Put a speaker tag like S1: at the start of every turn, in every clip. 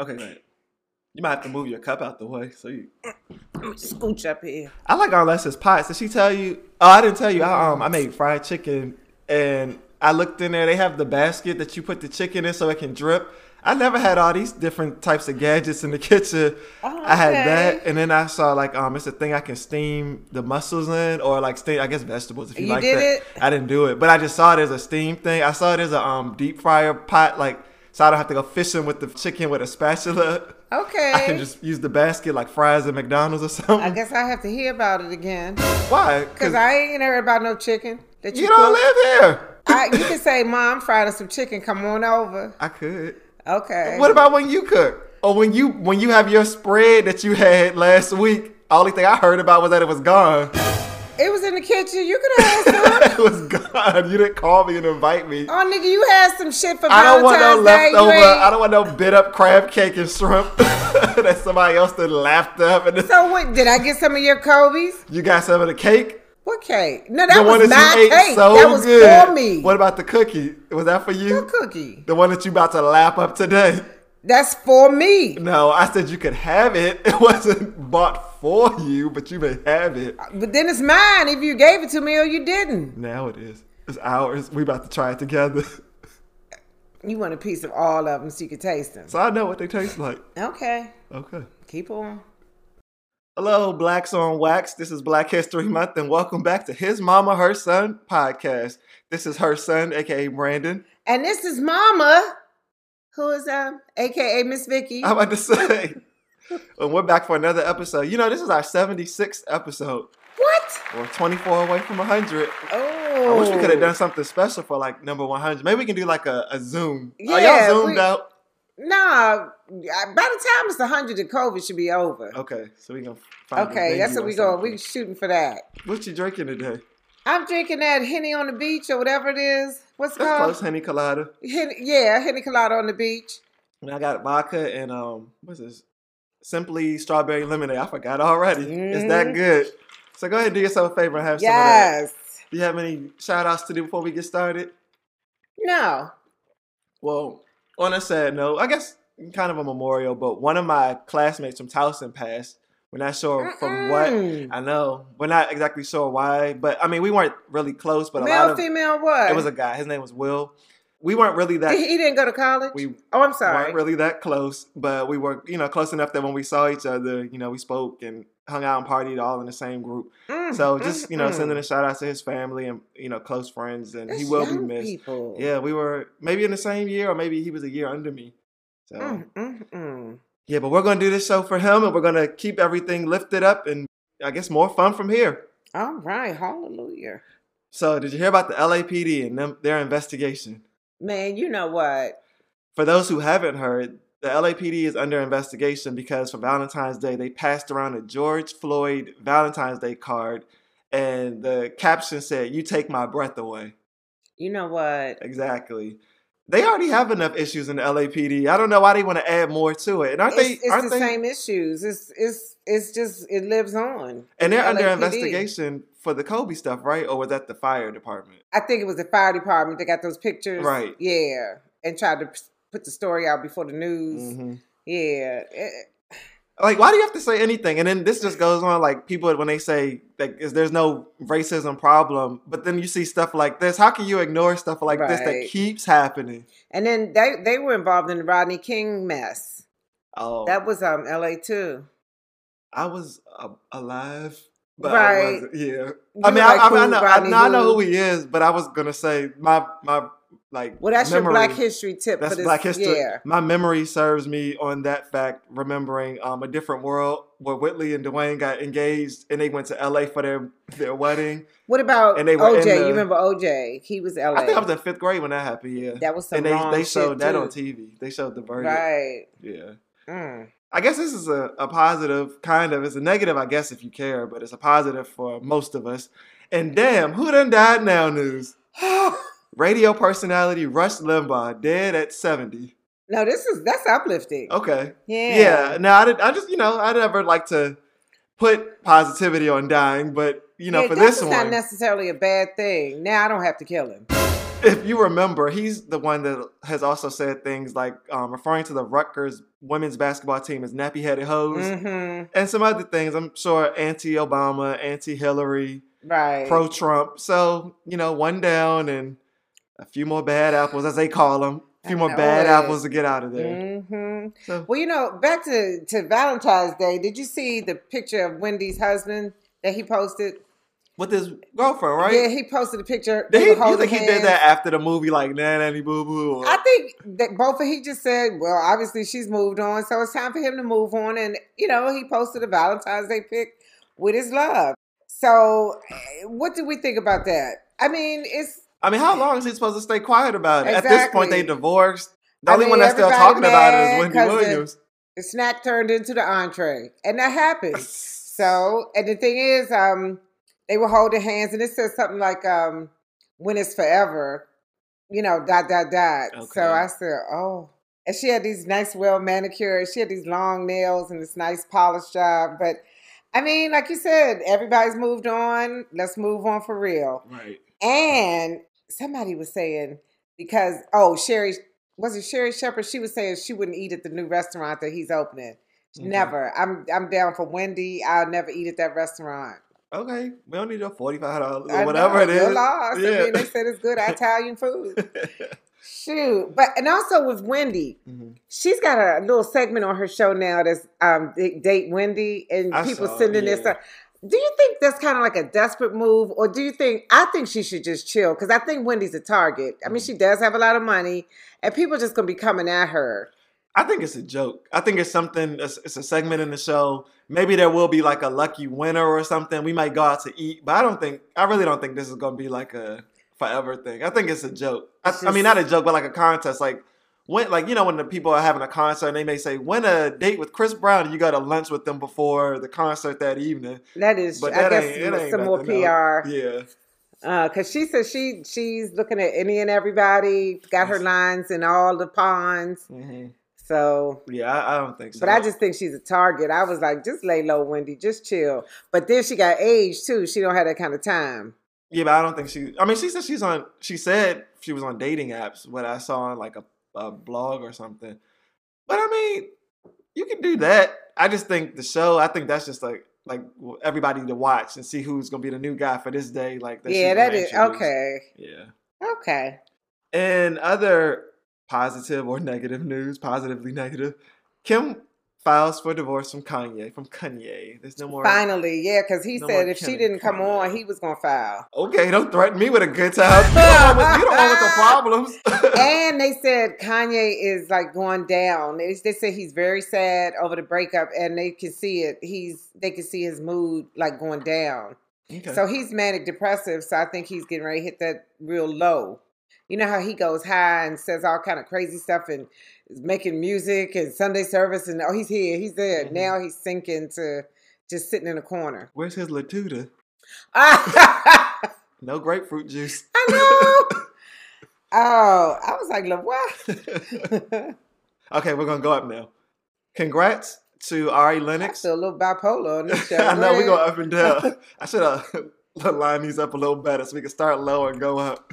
S1: Okay, go ahead. You might have to move your cup out the way. So you,
S2: Scooch up here.
S1: I like our lessons pots. Did she tell you? Oh, I didn't tell you. I um I made fried chicken and I looked in there. They have the basket that you put the chicken in so it can drip. I never had all these different types of gadgets in the kitchen. I had
S2: Oh, Okay.
S1: that, and then I saw like um it's a thing I can steam the mussels in or like steam I guess vegetables if you,
S2: You
S1: like
S2: did
S1: that.
S2: it?
S1: I didn't do it, but I just saw it as a steam thing. I saw it as a um deep fryer pot like so I don't have to go fishing with the chicken with a spatula.
S2: Okay.
S1: I can just use the basket like fries at McDonald's or something.
S2: I guess I have to hear about it again.
S1: Why?
S2: Cause I ain't heard about no chicken that you,
S1: you don't
S2: cook.
S1: live here.
S2: I, you can say, "Mom, fried us some chicken. Come on over."
S1: I could.
S2: Okay.
S1: What about when you cook? Or when you when you have your spread that you had last week? Only thing I heard about was that it was gone.
S2: it was in the kitchen. You could have had some.
S1: it was gone. You didn't call me and invite me.
S2: oh, nigga, you had some shit for
S1: I don't
S2: Valentine's
S1: want no
S2: Day. You
S1: leftover.
S2: ain't-
S1: I don't want no bit up crab cake and shrimp that somebody else done laughed up. And
S2: So what? Did I get some of your Kobe's?
S1: you got some of the cake.
S2: What cake? No, that
S1: the one
S2: was
S1: that
S2: my
S1: you ate
S2: cake.
S1: so
S2: that was
S1: good.
S2: for me.
S1: What about the cookie? Was that for you?
S2: What cookie?
S1: The one that you about to lap up today.
S2: That's for me.
S1: No, I said you could have it. It wasn't bought for you, but you may have it.
S2: But then it's mine if you gave it to me or you didn't.
S1: Now it is. It's ours. We about to try it together.
S2: You want a piece of all of them so you can taste them.
S1: So I know what they taste like.
S2: Okay,
S1: Okay.
S2: keep on.
S1: Hello, Blacks on Wax. This is Black History Month, and welcome back to His Mama, Her Son podcast. This is her son, aka Brandon.
S2: And this is Mama, who is um, AKA Miss Vicky.
S1: I'm about to say. and we're back for another episode. You know, this is our 76th episode.
S2: what?
S1: We're 24 away from 100.
S2: Oh,
S1: I wish we could have done something special for like number 100. Maybe we can do like a, a Zoom. Are
S2: Yeah,
S1: y'all zoomed
S2: we-
S1: out?
S2: Nah, I- by the time it's hundred, the COVID should be over.
S1: Okay, so we gonna find a
S2: Okay,
S1: venue
S2: that's what
S1: or
S2: we going.
S1: something.
S2: We shooting for that.
S1: What you drinking today?
S2: I'm drinking that henny on the beach or whatever it is. What's it
S1: That's
S2: called?
S1: close, honey colada.
S2: Henny, yeah, henny colada on the beach.
S1: And I got vodka and um, what's this? Simply strawberry lemonade. I forgot already. It's that
S2: Mhm.
S1: good. So go ahead and do yourself a favor and have some of that.
S2: Yes.
S1: Do you have any shout outs to do before we get started?
S2: No.
S1: Well, on a sad note, I guess kind of a memorial, but one of my classmates from Towson passed. We're not sure from what.
S2: Mm-mm.
S1: I know. We're not exactly sure why, but I mean, we weren't really close, but a lot
S2: Male,
S1: of.
S2: female, what?
S1: It was a guy. His name was Will. We weren't really that.
S2: he, he didn't go to college.
S1: We
S2: oh, I'm
S1: weren't
S2: sorry.
S1: really that close, but we were, you know, close enough that when we saw each other, you know, we spoke and hung out and partied all in the same group.
S2: Mm,
S1: So just, you know,
S2: mm,
S1: sending a shout out to his family and you know, close friends, and
S2: mm.
S1: he
S2: That's
S1: will be
S2: young
S1: missed.
S2: People.
S1: Yeah, we were maybe in the same year, or maybe he was a year under me. So
S2: Mm, mm, mm.
S1: yeah, but we're gonna do this show for him, and we're gonna keep everything lifted up, and I guess more fun from here.
S2: All right. Hallelujah.
S1: So did you hear about the LAPD and them, their investigation?
S2: Man, you know what?
S1: For those who haven't heard, the LAPD is under investigation because for Valentine's Day, they passed around a George Floyd Valentine's Day card, and the caption said, You take my breath away.
S2: You know what?
S1: Exactly. They already have enough issues in the LAPD. I don't know why they want to add more to it. And aren't
S2: It's,
S1: they?
S2: it's
S1: aren't they?
S2: the same issues. It's it's it's just it lives on.
S1: and they're under
S2: LAPD.
S1: investigation for the Kobe stuff, right? Or was that the fire department?
S2: I think it was the fire department that got those pictures.
S1: Right.
S2: Yeah. And tried to p- put the story out before the news.
S1: Mhm.
S2: Yeah. Eh,
S1: Like, why do you have to say anything? And then this just goes on. Like, people when they say like, is there's no racism problem, but then you see stuff like this. How can you ignore stuff like this that
S2: Right.
S1: keeps happening?
S2: And then they they were involved in the Rodney King mess.
S1: Oh,
S2: That was um LA too.
S1: I was uh, alive, but I
S2: Right.
S1: wasn't. Yeah,
S2: You
S1: I mean,
S2: like
S1: I, I,
S2: who
S1: mean, I know, I,
S2: Rodney
S1: know, I know who
S2: who?
S1: he is, but I was gonna say my my like.
S2: Well, that's
S1: memory,
S2: your Black History tip
S1: That's
S2: for this
S1: Black History.
S2: year.
S1: My memory serves me on that fact, remembering um, a different world where Whitley and Dwayne got engaged, and they went to L.A. for their their wedding.
S2: What about
S1: And they were in
S2: OJ?
S1: the-
S2: you remember OJ? He was LA.
S1: I think I was in fifth grade when that happened. Yeah,
S2: that was some
S1: and they
S2: wrong
S1: they
S2: shit
S1: showed that
S2: too.
S1: on TV. They showed the verdict.
S2: Right.
S1: Yeah.
S2: Mm.
S1: I guess this is a, a positive kind of. It's a negative, I guess, if you care, but it's a positive for most of us. And damn, who done died now? News.
S2: Mm.
S1: Radio personality Rush Limbaugh dead at seventy.
S2: no, this is that's uplifting.
S1: Okay.
S2: Yeah.
S1: Oh, Yeah. Now I did, I just you know I never like to put positivity on dying, but you know
S2: Yeah,
S1: for
S2: death
S1: this
S2: is
S1: one,
S2: not necessarily a bad thing. Now I don't have to kill him.
S1: if you remember, he's the one that has also said things like um, referring to the Rutgers women's basketball team as nappy headed hoes
S2: Mhm.
S1: and some other things. I'm sure anti Obama, anti Hillary,
S2: Right.
S1: pro Trump. So, you know, one down and a few more bad apples, as they call them. A few
S2: I
S1: more
S2: know
S1: bad
S2: it.
S1: apples to get out of there.
S2: hmm
S1: So,
S2: Well, you know, back to, to Valentine's Day, did you see the picture of Wendy's husband that he posted?
S1: with his girlfriend, right?
S2: Yeah, he posted a picture.
S1: Did
S2: they
S1: he,
S2: were
S1: you
S2: holding
S1: think he did
S2: hands.
S1: that after the movie, like Nan Nanny Boo Boo? or-
S2: I think that both of he just said, well, obviously she's moved on, so it's time for him to move on. And, you know, he posted a Valentine's Day pic with his love. So, eh, what do we think about that? I mean, it's
S1: I mean, how long is he supposed to stay quiet about it? At this point,
S2: Exactly.
S1: they divorced. The
S2: I
S1: only
S2: mean,
S1: one that's still
S2: everybody
S1: talking about it is
S2: mad
S1: Wendy
S2: 'cause the-
S1: Williams.
S2: the snack turned into the entree, and that happens. So, and the thing is, um, they were holding hands, and it says something like, um, "When it's forever," you know, dot dot dot.
S1: Okay.
S2: So I said, "Oh," and she had these nice, well manicured. She had these long nails and this nice polished job. But I mean, like you said, everybody's moved on. Let's move on for real.
S1: Right.
S2: And somebody was saying because oh, Sherry was it Sherry Shepherd? She was saying she wouldn't eat at the new restaurant that he's opening.
S1: Okay.
S2: Never. I'm I'm down for Wendy. I'll never eat at that restaurant.
S1: Okay. We don't need your forty five dollars
S2: I
S1: or whatever
S2: know,
S1: it
S2: you're
S1: is.
S2: Lost. I
S1: Yeah.
S2: mean, they said it's good Italian food. Shoot, but and also with Wendy,
S1: Mhm.
S2: she's got a little segment on her show now that's um D- date Wendy and
S1: I
S2: people
S1: saw it,
S2: sending this
S1: yeah.
S2: stuff. Do you think that's kind of like a desperate move, or do you think I think she should just chill? Because I think Wendy's a target. I mean,
S1: Mhm.
S2: she does have a lot of money, and people just gonna be coming at her.
S1: I think it's a joke. I think it's something. It's, it's a segment in the show. Maybe there will be like a lucky winner or something. We might go out to eat, but I don't think. I really don't think this is gonna be like a forever thing. I think it's a joke. I, I mean, not a joke, but like a contest. Like when, like you know, when the people are having a concert, and they may say, "Win a date with Chris Brown," and you go to lunch with them before the concert that evening.
S2: That is,
S1: But
S2: I
S1: that
S2: guess,
S1: ain't- it ain't
S2: some more
S1: nothing else.
S2: PR.
S1: Yeah,
S2: because Uh, she says she she's looking at any and everybody, got her lines in all the ponds.
S1: hmm
S2: So,
S1: yeah. I, I don't think so.
S2: Mm-hmm. but I just think she's a target. I was like, just lay low, Wendy, just chill. But then she got age too. She don't have that kind of time.
S1: Yeah, but I don't think she. I mean, she said she's on. She said she was on dating apps. What I saw on like a, a blog or something. But I mean, you can do that. I just think the show. I think that's just like like everybody to watch and see who's gonna be the new guy for this day. Like she's
S2: yeah,
S1: gonna
S2: that is
S1: introduce.
S2: okay.
S1: Yeah.
S2: Okay.
S1: And other positive or negative news, positively negative. Kim files for divorce from Kanye. From Kanye, there's no more.
S2: Finally, yeah, because he
S1: No
S2: said
S1: more
S2: if she
S1: killing.
S2: didn't come
S1: Come on.
S2: on, he was gonna file.
S1: Okay, don't threaten me with a good time. You don't want you don't want the problems.
S2: and they said Kanye is like going down. They, they said he's very sad over the breakup, and they can see it. He's they can see his mood like going down.
S1: Okay.
S2: So he's manic depressive. So I think he's getting ready to hit that real low. You know how he goes high and says all kind of crazy stuff and is making music and Sunday service and oh he's here, he's there.
S1: Mhm.
S2: Now he's sinking to just sitting in a corner.
S1: Where's his Latuda?
S2: I
S1: No grapefruit juice.
S2: know. Oh, I was like, "Look, what?
S1: Okay, we're gonna go up now. Congrats to Ari
S2: I
S1: Lennox.
S2: feel a little bipolar on this show.
S1: I know we're
S2: Go
S1: going
S2: ahead.
S1: up and down. I should have lined these up a little better so we can start low and go up.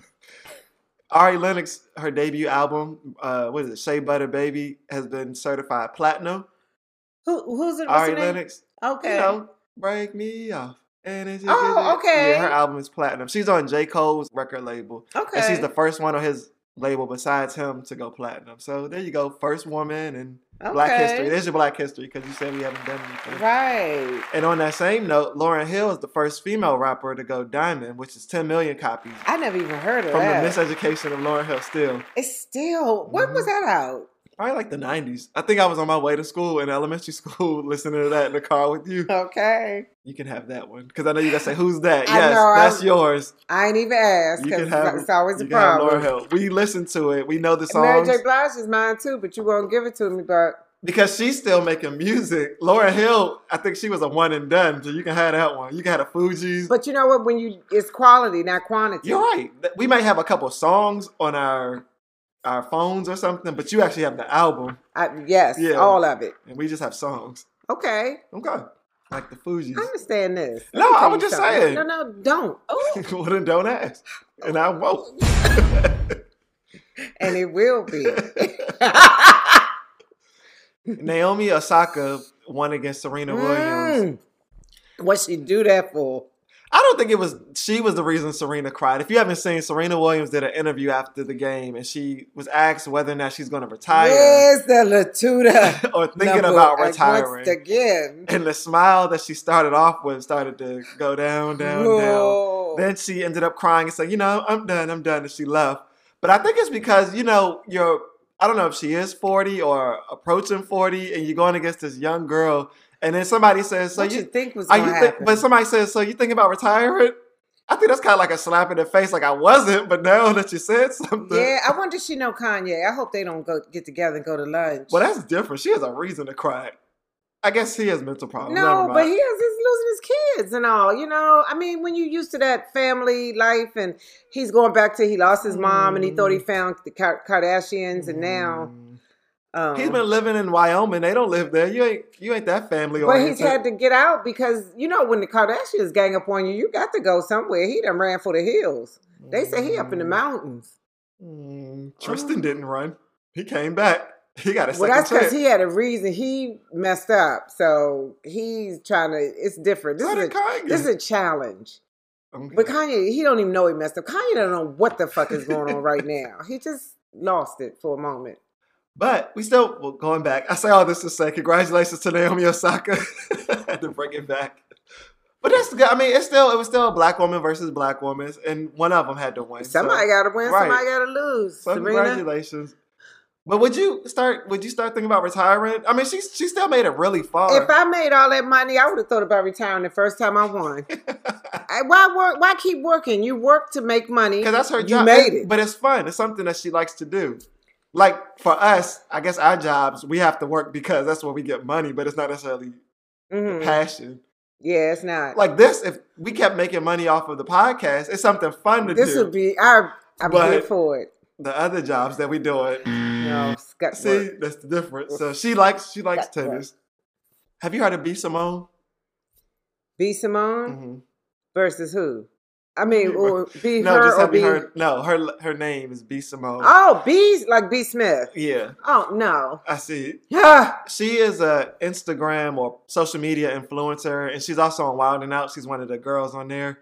S1: Ari Lennox, her debut album, uh, what is it, Shea Butter Baby, has been certified platinum.
S2: Who, who's it? What's
S1: Ari
S2: her name?
S1: Lennox,
S2: Okay.
S1: you know, break me off. And it's
S2: Oh, okay.
S1: Yeah, her album is platinum. She's on J. Cole's record label.
S2: okay.
S1: And she's the first one on his label besides him to go platinum. So there you go, first woman and Black
S2: Okay.
S1: History. There's your Black History because you said we haven't done anything.
S2: Right.
S1: And on that same note, Lauren Hill is the first female rapper to go diamond, which is 10 million copies
S2: I never even heard of
S1: from
S2: that.
S1: the miseducation of Lauren Hill. Still,
S2: It's still. When was
S1: Mhm.
S2: that out?
S1: probably like the 90s. I think I was on my way to school in elementary school listening to that in the car with you.
S2: Okay.
S1: You can have that one because I know you gotta say who's that.
S2: I
S1: Yes,
S2: know,
S1: that's
S2: I'm-
S1: yours.
S2: I ain't even asked
S1: You can
S2: because
S1: have-
S2: it's always a
S1: You can have Lauren
S2: problem.
S1: Hill. We listen to it. We know the
S2: Mary
S1: songs.
S2: J. Blige is mine too, but you won't give it to me. But
S1: because she's still making music. Laura Hill, I think she was a one and done, so you can have that one. You can have the Fugees.
S2: but you know what? When you it's quality, not quantity.
S1: You're right. Th- We might have a couple songs on our our phones or something, but you actually have the album,
S2: I, yes,
S1: Yeah.
S2: all of it.
S1: and we just have songs.
S2: Okay.
S1: Okay. like the Fuji's.
S2: I understand this. Let
S1: No,
S2: me
S1: I
S2: tell
S1: was
S2: you
S1: just
S2: something.
S1: saying.
S2: No, no, don't. Oh,
S1: well, then don't ask, and I won't.
S2: and it will be.
S1: Naomi Osaka won against Serena Williams.
S2: Mm. What she do that for?
S1: I don't think it was she was the reason Serena cried. If you haven't seen, Serena Williams did an interview after the game, and she was asked whether or not she's going to retire
S2: Where's the Latuda?
S1: or thinking
S2: number,
S1: about
S2: like,
S1: retiring.
S2: Once again.
S1: and the smile that she started off with started to go down, down, down.
S2: Whoa.
S1: Then she ended up crying and saying, "You know, I'm done. I'm done," and she left. But I think it's because you know you're. I don't know if she is 40 or approaching 40, and you're going against this young girl, and then somebody says, "So
S2: what you,
S1: you
S2: think was
S1: Are
S2: going
S1: you
S2: to
S1: think,
S2: happen?
S1: but somebody says, so you thinking about retiring? I think that's kind of like a slap in the face. Like I wasn't, but now that you said something,
S2: yeah, I wonder if she know Kanye. I hope they don't go get together and go to lunch.
S1: well, that's different. She has a reason to cry. I guess he has mental problems. oh, Never
S2: no,
S1: mind.
S2: but he has he's losing his kids and all. You know, I mean, when you used to that family life, and he's going back to he lost his mom, and he thought he found the Ka- Kardashians, and now
S1: Mm.
S2: um,
S1: he's been living in Wyoming. They don't live there. You ain't you ain't that family
S2: But he's
S1: oriented.
S2: had to get out because you know when the Kardashians gang up on you, you got to go somewhere. He done ran for the hills. They say he up in the mountains.
S1: Mm. Tristan didn't run. He came back. He got a
S2: Well, that's
S1: second chance.
S2: because he had a reason. He messed up, so he's trying to. It's different. This
S1: So
S2: is
S1: did
S2: a,
S1: Kanye.
S2: this is a challenge.
S1: Okay.
S2: But Kanye, he don't even know he messed up. Kanye don't know what the fuck is going on right now. He just lost it for a moment.
S1: But we still, well, going back, I say all this to say congratulations to Naomi Osaka. had to bring it back. But that's good. I mean, it's still, it was still a black woman versus black woman, and one of them had to win. so-
S2: Somebody got to win.
S1: right.
S2: Somebody got to lose.
S1: So,
S2: Serena.
S1: congratulations. But would you start, would you start thinking about retiring? I mean, she, she still made it really far.
S2: If I made all that money, I would have thought about retiring the first time I won. I- why work? Why keep working? You work to make money.
S1: Because that's her
S2: You
S1: job.
S2: made it.
S1: But it's fun. It's something that she likes to do. Like for us, I guess our jobs, we have to work because that's where we get money, but it's not necessarily
S2: Mhm.
S1: passion.
S2: Yeah, it's not.
S1: like this, if we kept making money off of the podcast, it's something fun to
S2: this
S1: do.
S2: would be. I, I'm
S1: But-
S2: here for it.
S1: the other jobs that we do it.
S2: No, Scott,
S1: See, that's the difference. So she likes she likes
S2: That's right.
S1: tennis. Have you heard of B Simone?
S2: B. Simone
S1: Mhm.
S2: versus who? I mean,
S1: Yeah,
S2: or be
S1: No,
S2: her
S1: just
S2: or
S1: have
S2: be.
S1: you heard? No, her her name is B Simone.
S2: Oh, B's like B. Smith.
S1: Yeah,
S2: Oh no.
S1: I see.
S2: Yeah.
S1: She is a Instagram or social media influencer, and she's also on Wild and Out. She's one of the girls on there.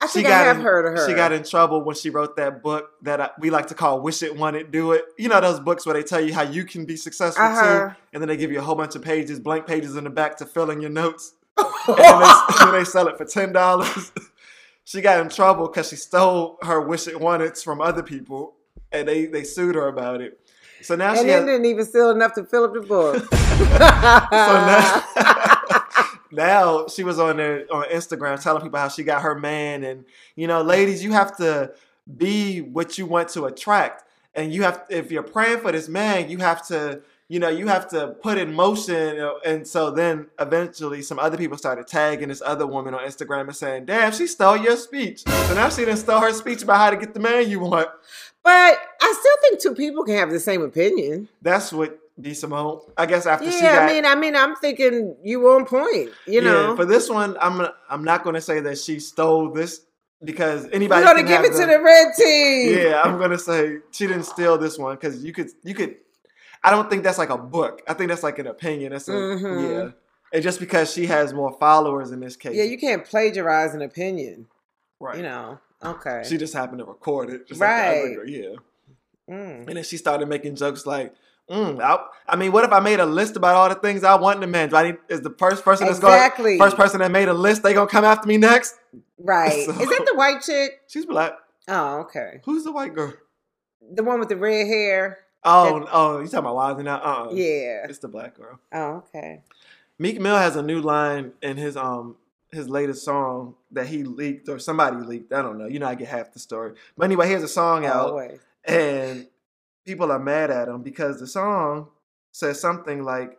S2: I
S1: She
S2: think I
S1: got
S2: have
S1: in-
S2: heard of her.
S1: She got in trouble when she wrote that book that I, we like to call "Wish It, Want It, Do It." You know those books where they tell you how you can be successful
S2: Uh-huh.
S1: too, and then they give you a whole bunch of pages, blank pages in the back to fill in your notes, and then they, then they sell it for ten dollars. she got in trouble because she stole her "Wish It, Want It" from other people, and they they sued her about it. So now she
S2: and
S1: has,
S2: then didn't even steal enough to fill up the book.
S1: so now,
S2: Uh.
S1: now she was on there on Instagram telling people how she got her man, and you know, ladies, you have to be what you want to attract, and you have if you're praying for this man, you have to. You know, you have to put in motion, you know, and so then eventually some other people started tagging this other woman on Instagram and saying, "Damn, she stole your speech." So now she done stole her speech about how to get the man you want.
S2: but I still think two people can have the same opinion.
S1: That's what B Simone. I guess after she
S2: Yeah,
S1: got
S2: I mean, I mean, I'm thinking you were on point. You know,
S1: Yeah, for this one, I'm gonna- I'm not going to say that she stole this because anybody.
S2: you know to
S1: can
S2: give
S1: have
S2: it to the red team.
S1: Yeah, I'm going to say she didn't steal this one because you could you could. I don't think that's like a book. I think that's like an opinion. That's a,
S2: Mhm.
S1: yeah. And just because she has more followers in this case,
S2: Yeah, you can't plagiarize an opinion.
S1: right.
S2: You know, okay.
S1: She just happened to record it, just like the other
S2: Right.
S1: girl, yeah.
S2: Mm.
S1: And then she started making jokes like, mm, I, I mean, what if I made a list about all the things I want in a man? Do I need, is the first person that's going,
S2: Exactly.
S1: first person that made a list, they gonna come after me next?
S2: Right?
S1: So-
S2: Is that the white chick?
S1: She's black.
S2: Oh, okay.
S1: Who's the white girl?
S2: The one with the red hair.
S1: Oh, oh, you talking about Wild and Out? Uh-uh.
S2: Yeah.
S1: It's the black girl.
S2: Oh, okay.
S1: Meek Mill has a new line in his um his latest song that he leaked or somebody leaked. I don't know. You know, I get half the story. But anyway, he has a song
S2: Oh,
S1: out
S2: Always.
S1: and people are mad at him because the song says something like,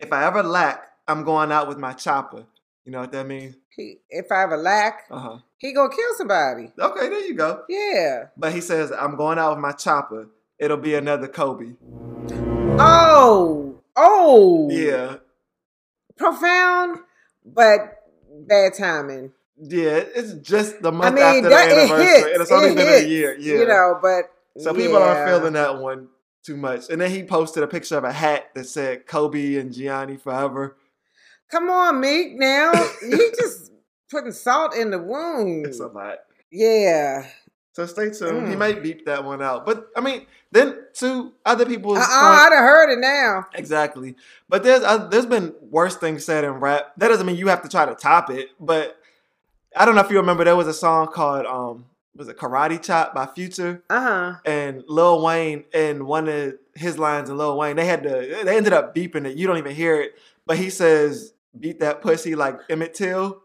S1: "If I ever lack, I'm going out with my chopper." You know what that means?
S2: He, if I have a lack,
S1: Uh huh.
S2: he gonna kill somebody.
S1: Okay, there you go.
S2: Yeah.
S1: But he says, "I'm going out with my chopper. It'll be another Kobe."
S2: Oh. Oh.
S1: Yeah.
S2: Profound. but bad timing.
S1: Yeah, it's just the
S2: I
S1: month
S2: mean,
S1: after
S2: that
S1: the
S2: it
S1: anniversary,
S2: hits.
S1: and it's only
S2: it
S1: been
S2: hits,
S1: a year. Yeah,
S2: you know. But
S1: so people aren't
S2: yeah.
S1: feeling that one too much. And then he posted a picture of a hat that said Kobe and Gianni forever.
S2: Come on, Meek. Now you just putting salt in the wound.
S1: It's a lot.
S2: Yeah.
S1: So stay tuned. He
S2: Mm.
S1: might beep that one out, but I mean, then two other people.
S2: Uh-uh, I'd have heard it now.
S1: Exactly. But there's uh, there's been worse things said in rap. That doesn't mean you have to try to top it, but I don't know if you remember there was a song called um was it Karate Chop by Future
S2: Uh huh.
S1: and Lil Wayne and one of his lines in Lil Wayne, they had to they ended up beeping it. You don't even hear it. But he says beat that pussy like Emmett Till.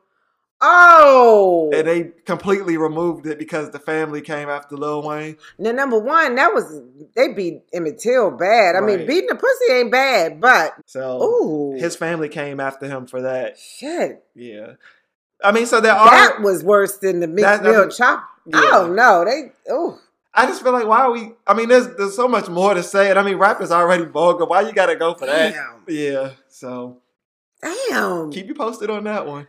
S2: Oh.
S1: And they completely removed it because the family came after Lil Wayne.
S2: Now, number one, that was they beat Emmett Till bad. I
S1: Right.
S2: mean, beating the pussy ain't bad, but
S1: So
S2: ooh,
S1: his family came after him for that.
S2: shit,
S1: Yeah. I mean, so there are
S2: that Oh. was worse than the Meek
S1: That- that
S2: Mill
S1: was-
S2: chop.
S1: Yeah.
S2: I don't know. They ooh,
S1: I just feel like why are we? I mean, there's there's so much more to say, and I mean, rap is already vulgar. Why you gotta go for that?
S2: damn,
S1: Yeah. So
S2: damn.
S1: keep you posted on that one.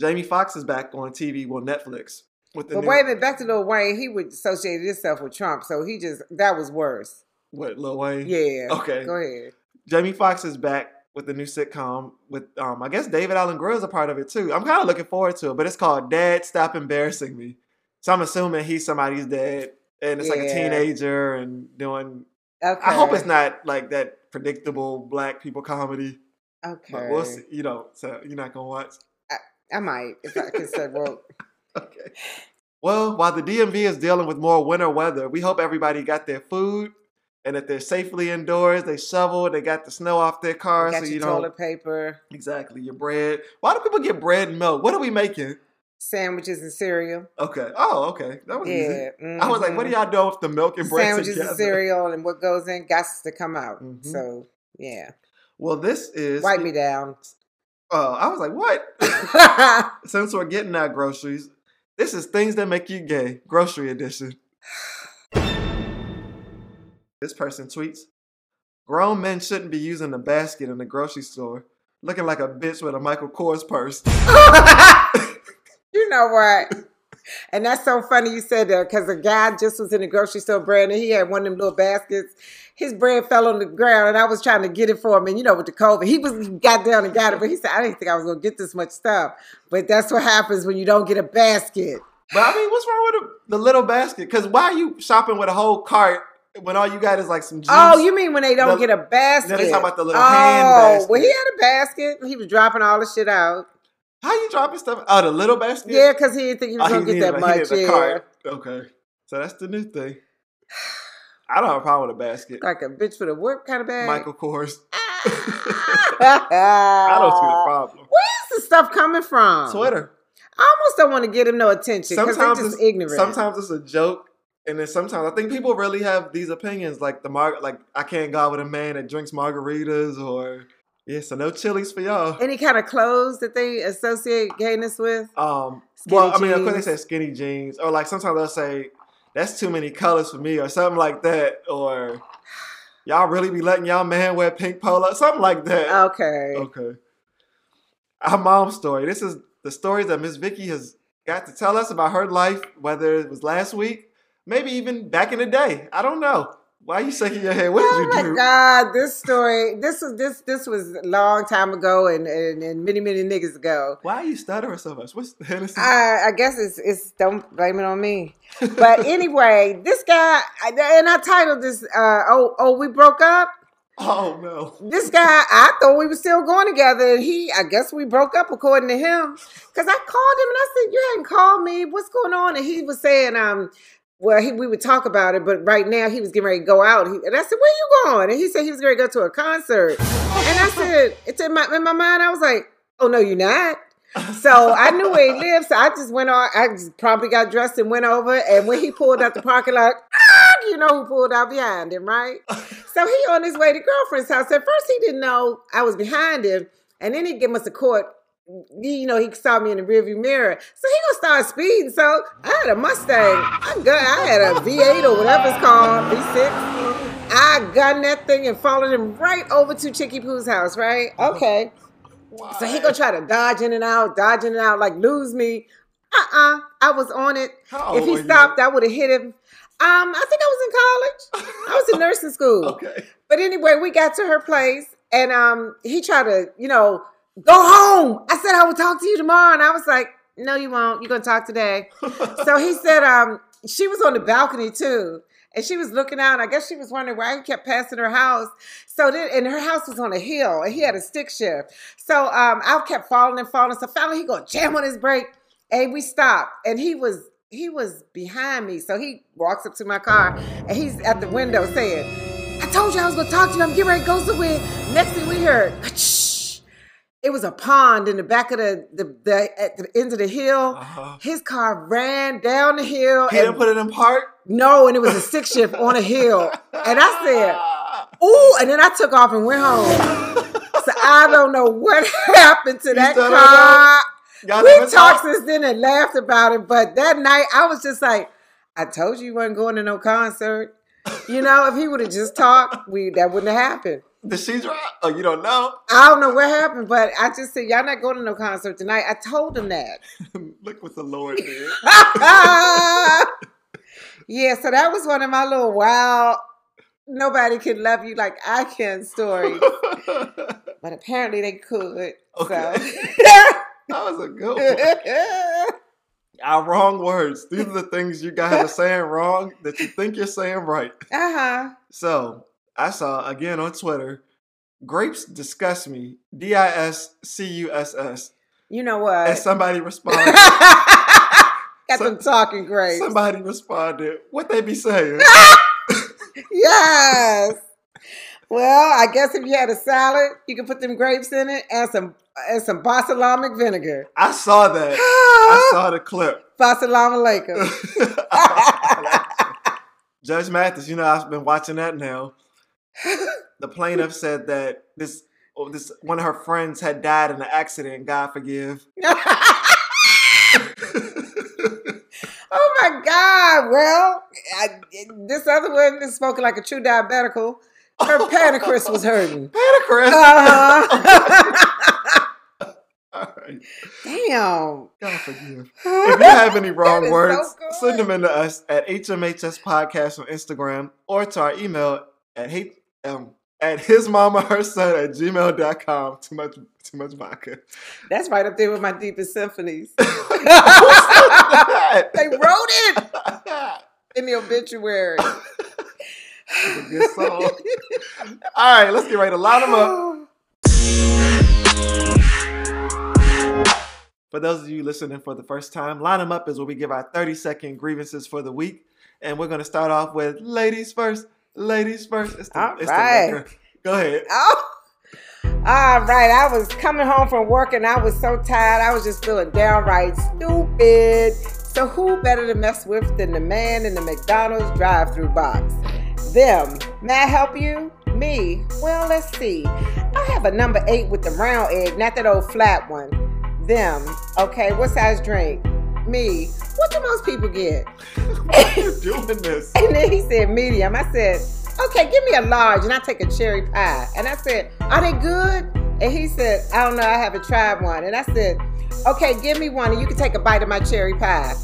S1: Jamie Foxx is back on TV on Netflix with the
S2: but
S1: new,
S2: wait a minute, back to Lil Wayne. He would associate himself with Trump, so he just that was worse.
S1: what Lil Wayne.
S2: Yeah.
S1: Mm-hmm. Okay.
S2: Go ahead.
S1: Jamie Foxx is back with the new sitcom with um I guess David Allen Greer is a part of it too. I'm kind of looking forward to it, but it's called Dad Stop Embarrassing Me. So I'm assuming he's somebody's dad, and it's like a
S2: Yeah.
S1: teenager and doing
S2: Okay.
S1: I hope it's not like that predictable black people comedy.
S2: Okay.
S1: But we'll see. You know, so you're not gonna watch.
S2: I might if I can say well.
S1: Okay. Well, while the DMV is dealing with more winter weather, we hope everybody got their food and that they're safely indoors. They shoveled, they got the snow off their cars,
S2: Got
S1: so you
S2: your
S1: don't
S2: toilet paper,
S1: exactly your bread. Why do people get bread and milk? What are we making?
S2: sandwiches and cereal.
S1: Okay. Oh, okay. That was easy.
S2: Yeah.
S1: I was like, what
S2: mhm.
S1: do y'all doing with the milk and bread
S2: sandwiches
S1: together?
S2: and cereal and what goes in got to come out.
S1: Mhm.
S2: So yeah,
S1: Well, this is.
S2: wipe me down.
S1: Oh, I was like, what? since we're getting our groceries, this is things that make you gay, grocery edition. This person tweets, grown men shouldn't be using a basket in the grocery store, looking like a bitch with a Michael Kors purse.
S2: you know what? And that's so funny you said that because a guy just was in the grocery store, Brandon. He had one of them little baskets. His bread fell on the ground, and I was trying to get it for him. And you know, with the COVID, he was he got down and got it, but he said, "I didn't think I was going to get this much stuff." But that's what happens when you don't get a basket.
S1: But I mean, what's wrong with the, the little basket? Because why are you shopping with a whole cart when all you got is like some juice?
S2: Oh, you mean when they don't
S1: The-
S2: get a basket?
S1: No, they talking about the little
S2: oh,
S1: hand basket.
S2: well, he had a basket. He was dropping all the shit out.
S1: How you dropping stuff? Oh, the little basket?
S2: Yeah, because he didn't think he was
S1: Oh,
S2: gonna get
S1: needed
S2: that
S1: a- he
S2: much.
S1: needed a
S2: Yeah,
S1: cart. Okay. So that's the new thing. I don't have a problem with a basket.
S2: like a bitch with a whip kind of bag.
S1: Michael Kors. I
S2: I
S1: don't see the problem.
S2: Where's the stuff coming from?
S1: Uh, Twitter.
S2: I almost don't want to give him no attention because they're
S1: Sometimes
S2: just
S1: it's,
S2: ignorant.
S1: sometimes it's a joke, and then sometimes I think people really have these opinions, like the mar- like I can't go out with a man that drinks margaritas, or yeah, so no chilies for y'all.
S2: Any kind of clothes that they associate gayness with?
S1: Um,
S2: Skinny
S1: well, I mean, of course they
S2: jeans.
S1: say skinny jeans, or like sometimes they'll say that's too many colors for me, or something like that, or y'all really be letting y'all man wear pink polo, something like that.
S2: Okay.
S1: Okay. Our mom's story. This is the stories that Miss Vicky has got to tell us about her life, whether it was last week, maybe even back in the day. I don't know. Why you shaking your head? What
S2: Oh
S1: did
S2: my
S1: you do?
S2: God! This story, this was this this was a long time ago, and and, and many many niggas ago.
S1: Why are you stuttering so much? What's the Hennessy?
S2: I, I guess it's it's don't blame it on me. But anyway, this guy I- and I titled this. Uh, oh, oh, we broke up.
S1: oh no.
S2: This guy, I thought we were still going together, and he, I guess we broke up according to him, because I called him and I said, "You hadn't called me. What's going on?" And he was saying, "Um, well, he, we would talk about it, but right now he was getting ready to go out." He, and I said, "Where you going?" And he said he was going to go to a concert, and I said, "It's in my in my mind." I was like, "Oh no, you're not." So I knew where he lived, so I just went on. I just probably got dressed and went over. And when he pulled out the parking lot, ah, you know who pulled out behind him, right? So he on his way to girlfriend's house. At first, he didn't know I was behind him, and then he gave us a court. You know, he saw me in the rearview mirror, so he gonna start speeding. So I had a Mustang. I gun. I had a V8 or whatever it's called, V6. I gunned that thing and followed him right over to Chicky Poo's house. Right? Okay.
S1: Why?
S2: So he gonna try to dodge in and out, dodge in and out, like lose me. Uh uh I was on it.
S1: How
S2: if
S1: old
S2: he
S1: are you?
S2: stopped, I would have hit him. Um, I think I was in college. I was in nursing school.
S1: okay.
S2: But anyway, we got to her place and um he tried to, you know, go home. I said I will talk to you tomorrow. And I was like, No, you won't. You're gonna talk today. so he said, um, she was on the balcony too. And she was looking out. and I guess she was wondering why he kept passing her house. So then, and her house was on a hill, and he had a stick shift. So um, I kept falling and falling. So finally, he gonna jam on his brake, and we stopped. And he was he was behind me. So he walks up to my car, and he's at the window saying, "I told you I was gonna talk to you. I'm getting ready to go somewhere." Next thing we heard, "Ka-choo." it was a pond in the back of the the, the at the end of the hill.
S1: Uh-huh.
S2: His car ran down the hill.
S1: He
S2: and-
S1: didn't put it in park.
S2: no, and it was a stick shift on a hill. And I
S1: Ah!
S2: said, ooh, and then I took off and went home. So I don't know what happened to that
S1: still don't
S2: car.
S1: Y'all never
S2: We talked since then and laughed about it, but that night I was just like, I told you you wasn't going to no concert. You know, if he would have just talked, we that wouldn't have happened.
S1: Did she drop? Oh, you don't know.
S2: I don't know what happened, but I just said, Y'all not going to no concert tonight. I told him that.
S1: Look what the Lord did.
S2: yeah, so that was one of my little wild, nobody can love you like I can stories. but apparently they could.
S1: Okay. That was a good one.
S2: So.
S1: Our wrong words. These are the things you guys are saying wrong that you think you're saying right.
S2: uh-huh.
S1: So I saw again on Twitter, grapes disgust me. D I S C U S S.
S2: You know
S1: And
S2: what?
S1: somebody responded.
S2: Got
S1: So-
S2: them talking great.
S1: somebody responded. What they be saying?
S2: Yes. Well, I guess if you had a salad, you could put them grapes in it and some and some balsamic vinegar.
S1: I saw that. I saw the clip.
S2: Balsamic Laker.
S1: Judge Mathis, you know I've been watching that now. The plaintiff said that this, oh, this one of her friends had died in an accident. God forgive.
S2: oh my God. Well, I, this other one is spoken like a true diabetical. Her pancreas was hurting.
S1: Panicris.
S2: Uh-huh.
S1: All right.
S2: Damn.
S1: God forgive. If you have any
S2: That is
S1: wrong
S2: so
S1: words,
S2: good.
S1: send them in to us at HMHS Podcast on Instagram or to our email at hate um, at his mama her son at gmail.com. Too much too much vodka.
S2: That's right up there with my deepest symphonies. they wrote it in the obituary.
S1: Good song. All right, let's get right to line them up. For those of you listening for the first time, line them up is where we give our 30 second grievances for the week. And we're going to start off with ladies first. Ladies first. It's the,
S2: All
S1: it's
S2: right.
S1: the liquor. Go ahead.
S2: Oh. All right, I was coming home from work and I was so tired. I was just feeling downright stupid. So who better to mess with than the man in the McDonald's drive-through box? Them. May I help you? Me. Well, let's see. I have a number eight with the round egg, not that old flat one. Them. Okay, what size drink? Me. What do most people get?
S1: Why are you doing this?
S2: And then he said medium. I said, okay, give me a large and I take a cherry pie. And I said, are they good? And he said, I don't know, I haven't tried one. And I said, okay, give me one and you can take a bite of my cherry pie.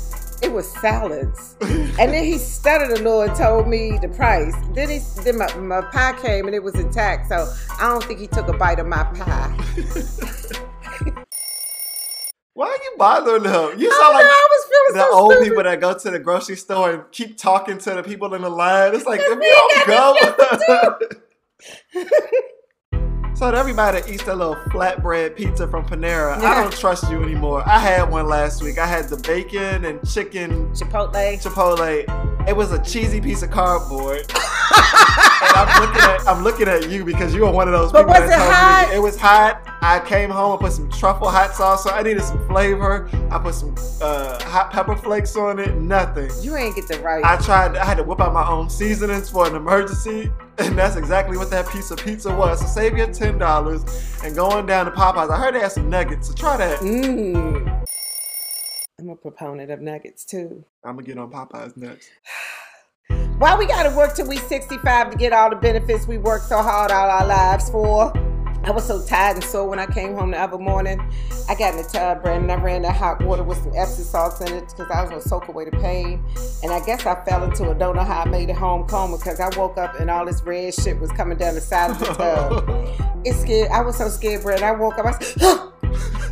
S2: It was salads. And then he stuttered a little and told me the price. Then he then my, my pie came and it was intact, so I don't think he took a bite of my pie.
S1: Why are you bothering him? You
S2: Oh, I,
S1: sound
S2: know,
S1: like
S2: I was feeling
S1: the
S2: so
S1: old
S2: stupid.
S1: people that go to the grocery store and keep talking to the people in the line. It's like if
S2: We
S1: you don't go.
S2: got
S1: so everybody eats that little flatbread pizza from Panera. I
S2: Yeah.
S1: don't trust you anymore. I had one last week. I had the bacon and chicken
S2: Chipotle.
S1: chipotle. It was a cheesy piece of cardboard. and I'm looking at I'm looking at you because you were one of those
S2: But
S1: people
S2: was
S1: that
S2: it
S1: told
S2: hot?
S1: me it was hot. I came home and put some truffle hot sauce on. I needed some flavor. I put some uh, hot pepper flakes on it. Nothing.
S2: You ain't get the right.
S1: I tried. I had to whip out my own seasonings for an emergency, and that's exactly what that piece of pizza was. So save your ten dollars and go on down to Popeyes. I heard they had some nuggets, so try that.
S2: Mm. I'm a proponent of nuggets too.
S1: I'm gonna get on Popeyes next.
S2: Why we gotta work till we 65 to get all the benefits we worked so hard all our lives for? I was so tired and sore when I came home the other morning. I got in the tub, Brandon, and I ran that hot water with some Epsom salts in it because I was going to soak away the pain. And I guess I fell into a don't know how I made it home coma because I woke up and all this red shit was coming down the side of the tub. it scared. I was so scared, Brandon. I woke up, I said,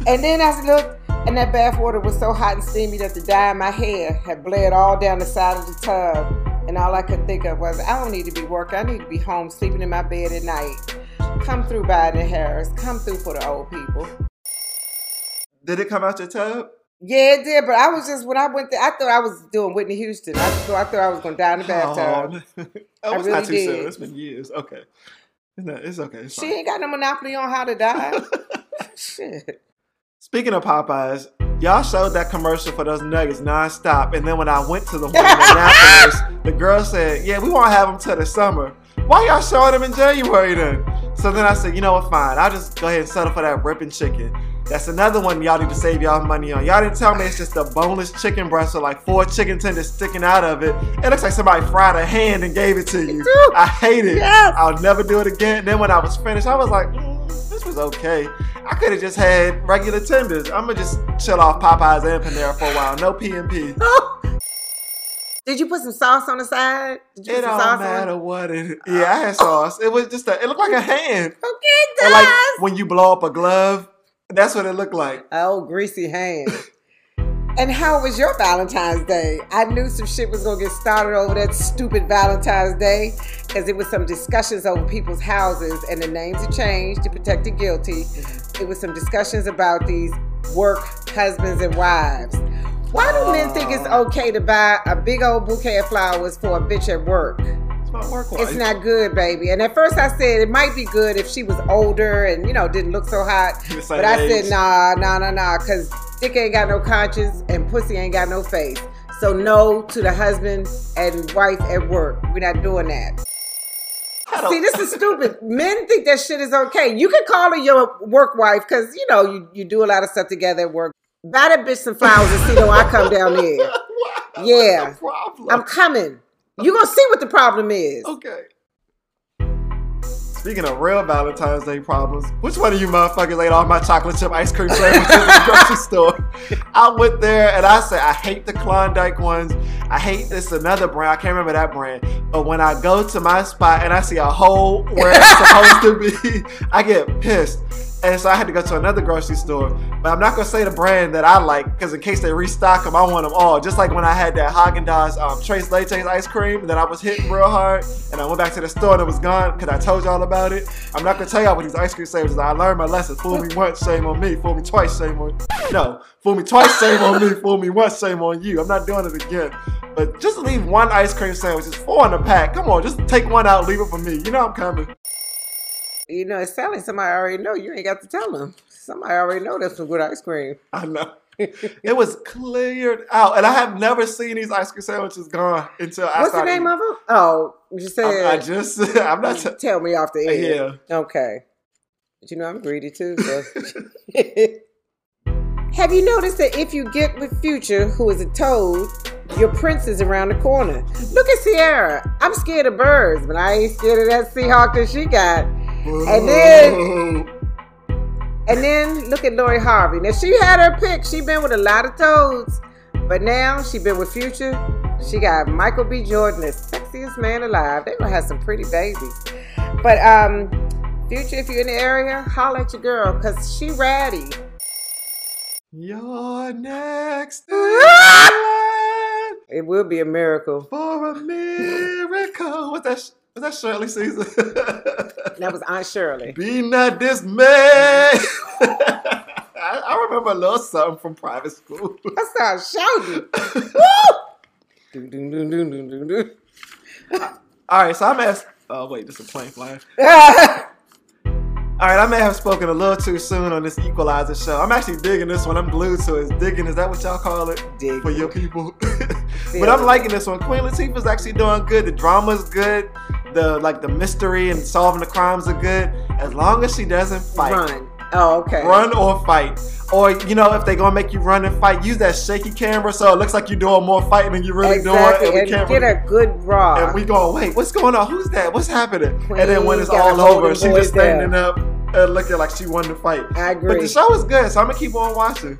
S2: and then I looked, and that bath water was so hot and steamy that the dye in my hair had bled all down the side of the tub. And all I could think of was, I don't need to be working. I need to be home sleeping in my bed at night. Come through, Biden and Harris. Come through for the old people.
S1: Did it come out your tub?
S2: Yeah, it did. But I was just when I went there, I thought I was doing Whitney Houston. I thought I thought I was going to die in the bathtub.
S1: Oh,
S2: I
S1: oh it's
S2: really
S1: not too
S2: did.
S1: soon. It's been years. Okay. No, it's okay. It's
S2: she
S1: fine.
S2: ain't got no monopoly on how to die. Shit.
S1: Speaking of Popeyes, y'all showed that commercial for those nuggets nonstop, and then when I went to the one in Annapolis, the girl said, "Yeah, we won't have them till the summer." Why y'all showing them in January then? So then I said, "You know what? Fine, I'll just go ahead and settle for that ripping chicken." That's another one y'all need to save y'all money on. Y'all didn't tell me it's just a boneless chicken breast with like four chicken tenders sticking out of it. It looks like somebody fried a hand and gave it to you. I hate it.
S2: Yes.
S1: I'll never do it again. Then when I was finished, I was like, mm, this was okay. I could have just had regular tenders. I'm gonna just chill off Popeyes and Panera for a while. No PMP.
S2: Did you put some sauce on the side? Did you
S1: It
S2: put some
S1: don't
S2: on?
S1: matter what it. Yeah, I had sauce. It was just a. It looked like a hand.
S2: Okay, it
S1: Or
S2: does.
S1: like when you blow up a glove. That's what it looked like.
S2: Oh, greasy hand. and how was your Valentine's Day? I knew some shit was gonna get started over that stupid Valentine's Day because it was some discussions over people's houses and the names had changed to protect the guilty. It was some discussions about these work husbands and wives. Why do men think it's
S1: Oh.
S2: okay to buy a big old bouquet of flowers for a bitch at work?
S1: It's my work life.
S2: It's not good, baby. And at first I said it might be good if she was older and, you know, didn't look so hot.
S1: The same
S2: But I
S1: age.
S2: said, nah, nah, nah, nah, because dick ain't got no conscience and pussy ain't got no face. So no to the husband and wife at work. We're not doing that.
S1: I don't-
S2: See, this is stupid. Men think that shit is okay. You can call her your work wife because, you know, you, you do a lot of stuff together at work. Buy that bitch some flowers and see though I come down there.
S1: Wow, what's
S2: Yeah.
S1: the problem?
S2: I'm coming. you going to see what the problem is.
S1: Okay. Speaking of real Valentine's Day problems, which one of you motherfuckers ate all my chocolate chip ice cream sandwiches in the grocery store? I went there and I said, I hate the Klondike ones. I hate this another brand. I can't remember that brand. But when I go to my spot and I see a hole where it's supposed to be, I get pissed. And so I had to go to another grocery store. But I'm not gonna say the brand that I like because in case they restock them, I want them all. Just like when I had that Haagen Dazs um, Trace Leches ice cream that I was hitting real hard, and I went back to the store and it was gone because I told y'all about it. I'm not gonna tell y'all what these ice cream sandwiches. are. I learned my lesson. Fool me once, shame on me. Fool me twice, shame on no. Fool me twice, shame on me. Fool me once, shame on you. I'm not doing it again. But just leave one ice cream sandwich. It's four in a pack. Come on, just take one out, leave it for me. You know I'm coming.
S2: You know, it's selling. Somebody already know. You ain't got to tell them. Somebody already know that's some good ice cream.
S1: I know. it was cleared out, and I have never seen these ice cream sandwiches gone until I
S2: What's the
S1: started.
S2: name of them? Oh, you said.
S1: I, I just, I'm not. T-
S2: tell me off the air.
S1: yeah,
S2: Okay. But you know, I'm greedy too. So. Have you noticed that if you get with Future, who is a toad, your prince is around the corner? Look at Sierra. I'm scared of birds, but I ain't scared of that Seahawk that she got. And then- And then look at Lori Harvey. Now she had her pick. She been with a lot of toads, but now she been with Future. She got Michael B. Jordan, the sexiest man alive. They gonna have some pretty babies. But um, Future, if you're in the area, holler at your girl, cause she ratty.
S1: you're next in
S2: Ah!
S1: line
S2: It will be a miracle.
S1: for a miracle. What's that? sh- Was that Shirley Caesar?
S2: That was Aunt Shirley.
S1: Be not dismayed. I, I remember a little something from private school.
S2: I started shouting. Doo, doo, doo, doo, doo, doo, doo.
S1: All right, so I'm asked. Oh wait, this is a plane flying. All right, I may have spoken a little too soon on this Equalizer show. I'm actually digging this one. I'm glued to it. Digging, is that what y'all call it?
S2: Dig.
S1: For your people. but I'm liking this one. Queen Latifah's actually doing good. The drama's good. The like the mystery and solving the crimes are good. As long as she doesn't fight.
S2: Run. Oh, okay.
S1: Run or fight. Or you know, if they gonna make you run and fight, use that shaky camera so it looks like you're doing more fighting than you really
S2: exactly.
S1: doing.
S2: And,
S1: And we can't
S2: get
S1: really-
S2: a good raw.
S1: and we going, wait, what's going on? Who's that? What's happening? and then when
S2: Queen
S1: it's
S2: gotta
S1: all
S2: hold
S1: over,
S2: them
S1: she
S2: boys
S1: just standing up and looking like she won the fight.
S2: I
S1: But
S2: agree.
S1: the show is good, so I'm gonna keep on watching.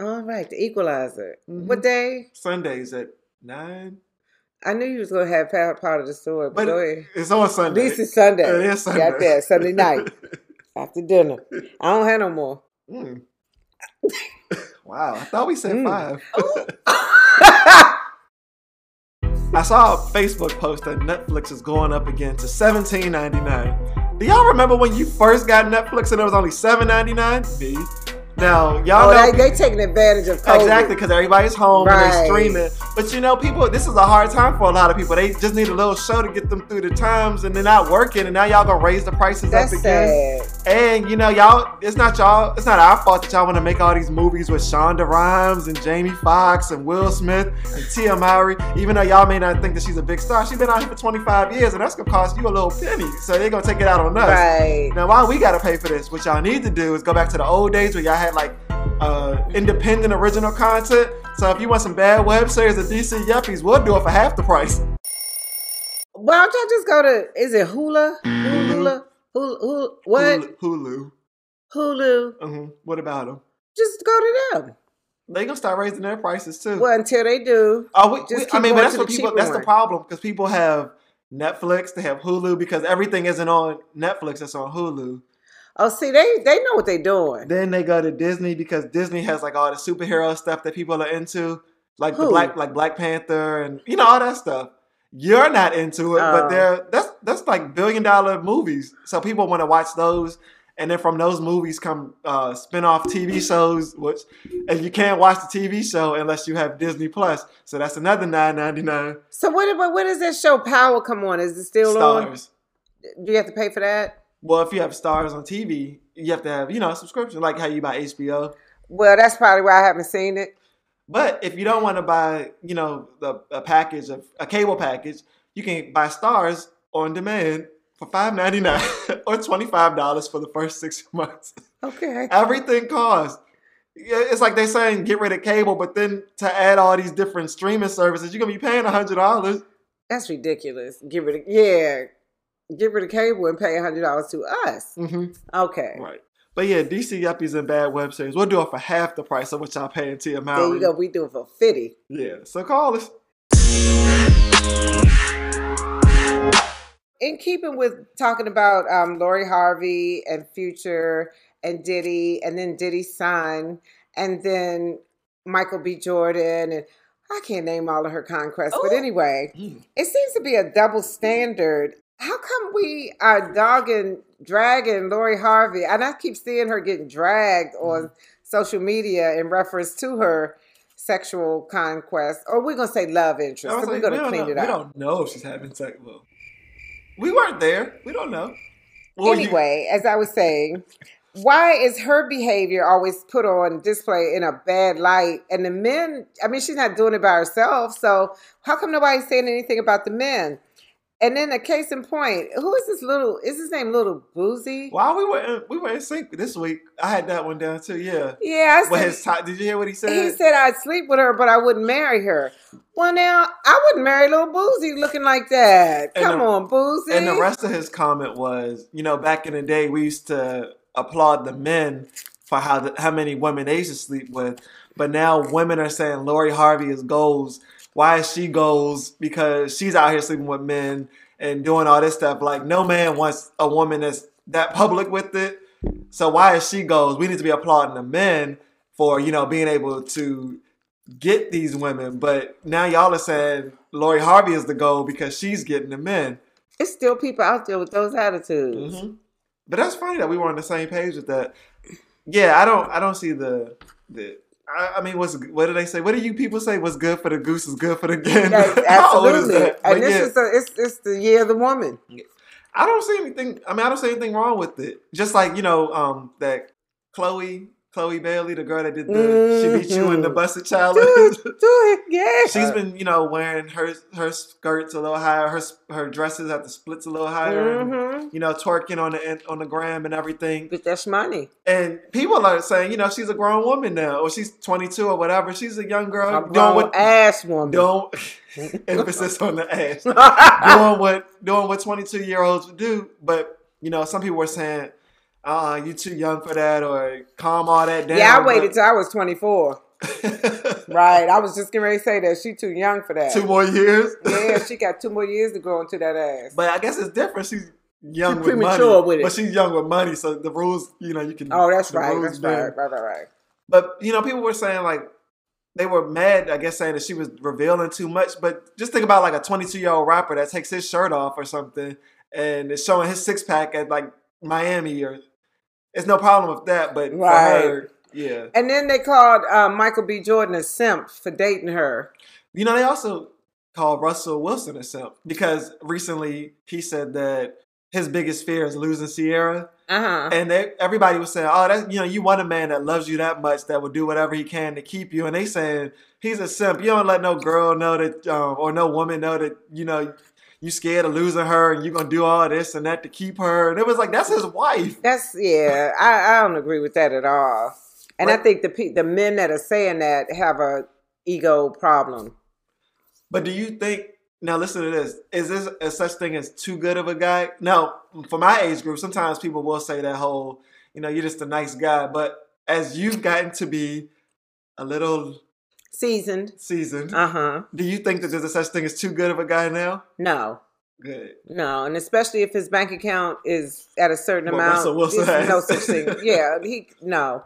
S2: All right, the Equalizer.
S1: Mhm.
S2: What day?
S1: Sundays at nine.
S2: I knew you was gonna have part, part of the story, but,
S1: But-
S2: go ahead.
S1: It's on Sunday.
S2: This is Sunday.
S1: It is Sunday.
S2: Got that Sunday night after dinner. I don't have no more.
S1: Mm. wow, I thought we said
S2: Mm.
S1: five. I saw a Facebook post that Netflix is going up again to $17.99. Do y'all remember when you first got Netflix and it was only $7.99? Me. Now y'all
S2: oh,
S1: know
S2: they, they taking advantage of COVID.
S1: Exactly, because everybody's home and
S2: Right.
S1: they're streaming. But you know, people, this is a hard time for a lot of people. They just need a little show to get them through the times, and they're not working. And now y'all gonna raise the prices
S2: That's
S1: up again.
S2: sad.
S1: And you know, y'all, it's not y'all, it's not our fault that y'all want to make all these movies with Shonda Rhimes and Jamie Foxx and Will Smith and Tia Mowry. Even though y'all may not think that she's a big star, she's been out here for 25 years, and that's gonna cost you a little penny. So they're gonna take it out on us.
S2: Right.
S1: Now, why we gotta pay for this? What y'all need to do is go back to the old days where y'all had like uh, independent original content. So if you want some bad web series or DC yuppies, we'll do it for half the price.
S2: Why don't y'all just go to? Is it Hula? Hula? Hula? Hulu, Hulu, what?
S1: Hulu. Hulu.
S2: Hulu.
S1: hmm What about them?
S2: Just go to them.
S1: They gonna start raising their prices too.
S2: Well, until they do.
S1: Oh, we,
S2: Just
S1: we-
S2: keep
S1: I mean,
S2: going
S1: but that's
S2: to
S1: what
S2: the
S1: people.
S2: cheaper
S1: That's
S2: one.
S1: the problem because people have Netflix, they have Hulu because everything isn't on Netflix. It's on Hulu.
S2: Oh, see, they they know what they're doing.
S1: Then they go to Disney because Disney has like all the superhero stuff that people are into, like
S2: Who?
S1: the black like Black Panther and you know all that stuff. You're not into it,
S2: Oh.
S1: but they're that's that's like billion dollar movies. So people want to watch those, and then from those movies come uh, spin off TV shows, which and you can't watch the TV show unless you have Disney Plus. So that's another nine ninety nine
S2: So what? What what does that show Power come on? Is it still
S1: stars.
S2: on? Do you have to pay for that?
S1: Well, if you have stars on TV, you have to have you know a subscription, like how you buy HBO.
S2: Well, that's probably why I haven't seen it.
S1: But if you don't want to buy, you know, the a package of a cable package, you can buy stars on demand for five ninety nine or twenty five dollars for the first six months.
S2: Okay.
S1: Everything costs. Yeah, It's like they're saying get rid of cable, but then to add all these different streaming services, you're gonna be paying hundred dollars.
S2: That's ridiculous. Get rid of yeah. Get rid of cable and pay hundred dollars to us.
S1: Mm-hmm.
S2: Okay.
S1: Right. But yeah, DC Yuppies and Bad Web Series, we'll do it for half the price of what y'all paying to your
S2: There you go. We do it for fifty.
S1: Yeah. So call us.
S2: In keeping with talking about um, Lori Harvey and Future and Diddy, and then Diddy's son, and then Michael B. Jordan, and I can't name all of her conquests, but
S1: Oh.
S2: anyway.
S1: Mm.
S2: It seems to be a double standard. How come we are dogging, dragging Lori Harvey? And I keep seeing her getting dragged
S1: Mm.
S2: on social media in reference to her sexual conquest, or we're going to say love interest.
S1: I was
S2: So we're
S1: like,
S2: going
S1: we
S2: to
S1: don't
S2: clean
S1: know-
S2: it up.
S1: We don't know if she's having sex. Well, we weren't there. We don't know. Well, you-
S2: anyway, as I was saying, why is her behavior always put on display in a bad light? And the men, I mean, she's not doing it by herself. So how come nobody's saying anything about the men? And then a case in point, who is this little? Is his name Little Boozy?
S1: why we were in, we were in sync this week? I had that one down too. Yeah.
S2: Yeah, I
S1: Well,
S2: said,
S1: his top, did you hear what he said?
S2: he said I'd sleep with her, but I wouldn't marry her. Well, now I wouldn't marry Little Boozy looking like that.
S1: And
S2: Come
S1: the-
S2: on, Boozy.
S1: and the rest of his comment was, you know, back in the day, we used to applaud the men for how the, how many women they used to sleep with, but now women are saying Lori Harvey is goals. Why is she goals? Because she's out here sleeping with men and doing all this stuff. Like no man wants a woman that's that public with it. So why is she goals? We need to be applauding the men for you know being able to get these women, but now y'all are saying Lori Harvey is the goal because she's getting the men.
S2: It's still people out there with those attitudes.
S1: Mhm. But that's funny that we were on the same page with that. Yeah, I don't, I don't see the, the. I, I mean, what's what do they say? What do you people say? What's good for the goose is good for the gander.
S2: Yes,
S1: How old is
S2: absolutely.
S1: that? But
S2: and this
S1: yeah,
S2: is a, it's it's the year of the woman.
S1: I don't see anything. I mean, I don't see anything wrong with it. Just like you know, um, that Chloe Chloe Bailey, the girl that did the she beat you
S2: Mhm.
S1: in the busted
S2: Do
S1: challenge.
S2: it, do it, yeah.
S1: She's been, you know, wearing her her skirts a little higher, her s- her dresses at the splits a little higher, and
S2: mm-hmm.
S1: you know, twerking on the in- on the gram and everything.
S2: Get that money.
S1: And people are saying, you know, she's a grown woman now, or she's 22 or whatever. She's a young girl
S2: A
S1: Uh, doing
S2: grown
S1: what
S2: ass woman.
S1: don't emphasis on the ass
S2: yeah,
S1: doing what doing what 22 year olds would do but you know some people were saying uh you too young for that or calm all that down
S2: I waited till I was 24.
S1: till
S2: Right. I was just getting ready to say that. She too young for that.
S1: two more years
S2: yeah, she got two more years to grow into that ass.
S1: but i guess it's different she's young
S2: She's
S1: with
S2: premature
S1: money
S2: with it.
S1: but she's young with money so the rules you know you can
S2: oh, that's
S1: the
S2: right.
S1: rules
S2: That's
S1: bend.
S2: right. Right, right, right.
S1: but you know people were saying like they were mad i guess saying that she was revealing too much but just think about like a 22 year old rapper that takes his shirt off or something and is showing his six-pack at like miami or it's no problem with that but
S2: Right.
S1: for her yeah
S2: And then they called uh, Michael B. Jordan a simp for dating her.
S1: you know they also called russell wilson a simp because recently he said that his biggest fear is losing sierra
S2: Uh huh.
S1: and they, everybody was saying, "Oh, that you know, you want a man that loves you that much that will do whatever he can to keep you." And they saying he's a simp. You don't let no girl know that, um, or no woman know that you know you scared of losing her, and you gonna do all this and that to keep her. And it was like that's his wife.
S2: That's yeah. I, I don't agree with that at all. And I
S1: Right.
S2: think the pe- the men that are saying that have a ego problem.
S1: But do you think now? Listen to this: Is this a such thing as too good of a guy? Now, for my age group, sometimes people will say that whole, you know, you're just a nice guy. But as you've gotten to be a little
S2: Seasoned.
S1: seasoned.
S2: Uh huh.
S1: Do you think that there's a such thing as too good of a guy now?
S2: No.
S1: Good.
S2: No, and especially if his bank account is at a certain
S1: What
S2: amount,
S1: Russell Wilson
S2: there's no
S1: has.
S2: such thing. Yeah, he no.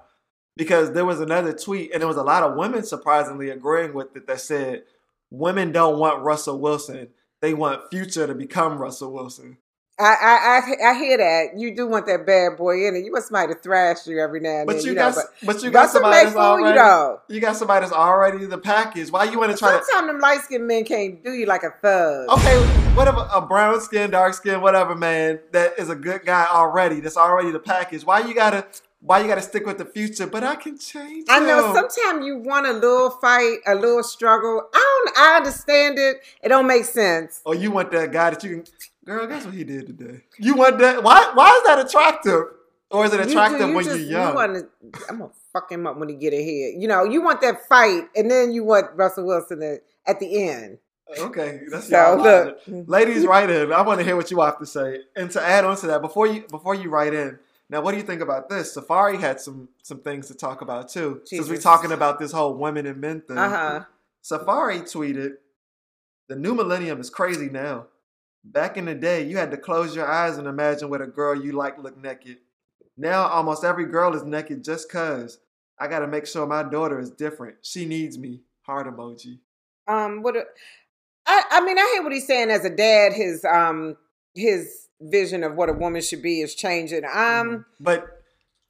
S1: Because there was another tweet, and there was a lot of women surprisingly agreeing with it that said, women don't want Russell Wilson. They want Future to become Russell Wilson.
S2: I, I I I hear that you do want that bad boy in it. You want somebody to thrash you every now and
S1: But
S2: then.
S1: you,
S2: know,
S1: got, but you got
S2: Russell
S1: somebody
S2: may
S1: that's
S2: fool you
S1: already,
S2: though.
S1: you got somebody that's already the package. Why you want to try to?
S2: Sometimes them light skinned men can't do you like a thug.
S1: Okay, whatever, a brown skin, dark skin, whatever man that is a good guy already. That's already the package. Why you gotta? Why you gotta stick with the future? But I can change.
S2: I know
S1: him.
S2: sometimes you want a little fight, a little struggle. I don't I understand it. It don't make sense.
S1: Or Oh, you want that guy that you can, girl, guess what he did today? You want that? Why? Why is that attractive? Or is it
S2: You do-
S1: attractive
S2: you
S1: when
S2: just-
S1: you're young?
S2: You wanna, I'm gonna fuck him up when he get ahead. You know, you want that fight, and then you want Russell Wilson to, at the end.
S1: okay, that's
S2: So
S1: y'all logic.
S2: look,
S1: Ladies, write in. I want to hear what you have to say. And to add on to that, before you before you write in, now what do you think about this? Safari had some some things to talk about too, since we're
S2: Jesus.
S1: talking about this whole women and men thing.
S2: uh huh.
S1: Safari tweeted, "The new millennium is crazy now. Back in the day, you had to close your eyes and imagine what a girl you like looked naked. Now almost every girl is naked just cuz. I got to make sure my daughter is different. She needs me." Heart emoji.
S2: um what a- I I mean I hear what he's saying as a dad his um his vision of what a woman should be is changing. Um
S1: Mhm. but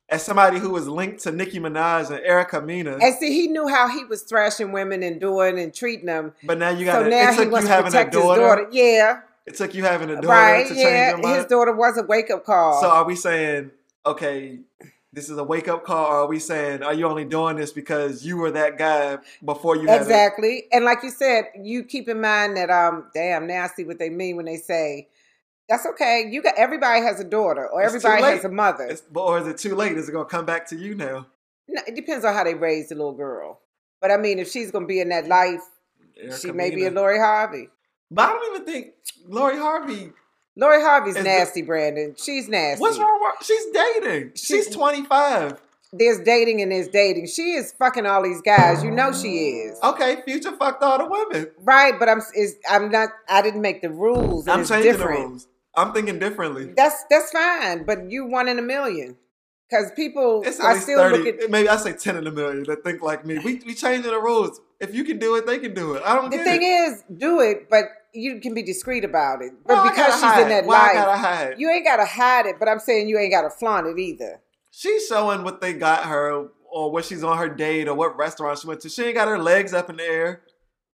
S1: as somebody who was linked to Nicki Minaj and Erica Mina,
S2: and see he knew how he was thrashing women and doing and treating them.
S1: but now you got
S2: So
S1: to
S2: now
S1: it
S2: he
S1: took you
S2: wants to
S1: having a
S2: protect
S1: daughter,
S2: his daughter. Yeah.
S1: It took you having a daughter
S2: Right.
S1: to change
S2: Yeah.
S1: your mind.
S2: His daughter was a wake up call.
S1: So are we saying, okay, this is a wake up call, or are we saying, are you only doing this because you were that guy before you had
S2: exactly. And like you said, you keep in mind that um damn now I see what they mean when they say that's okay. You got everybody has a daughter or
S1: It's too
S2: everybody
S1: late.
S2: has a mother.
S1: a, it's- but- or is it too late? Is it gonna come back to you now?
S2: No, it depends on how they raise the little girl. But I mean, if she's gonna be in that life, she may be a
S1: Lori.
S2: Lori Harvey.
S1: But I don't even think Lori Harvey.
S2: Lori Harvey's
S1: Is the-
S2: nasty, Brandon. She's nasty.
S1: What's wrong? with She's dating.
S2: She-
S1: She's twenty five.
S2: There's dating and there's dating. She is fucking all these guys. You know she is.
S1: Okay, Future fucked all the women.
S2: Right, but I'm is I'm not I didn't make the rules. and
S1: I'm
S2: it's
S1: changing
S2: different.
S1: the rules. I'm thinking differently.
S2: That's that's fine, but you one in a million. Cause people
S1: It's at
S2: I
S1: least
S2: still
S1: thirty.
S2: look at
S1: maybe I say ten in a million that think like me. We we changing the rules. If you can do it, they can do it. I don't.
S2: the
S1: get
S2: thing
S1: it.
S2: is, do it, but you can be discreet about it. But
S1: Why I
S2: because
S1: gotta
S2: she's in
S1: hide?
S2: that
S1: Why I
S2: life,
S1: gotta hide?
S2: You ain't gotta hide it, but I'm saying you ain't gotta flaunt it either.
S1: she's showing what they got her or what she's on her date or what restaurant she went to. She ain't got her legs up in the air.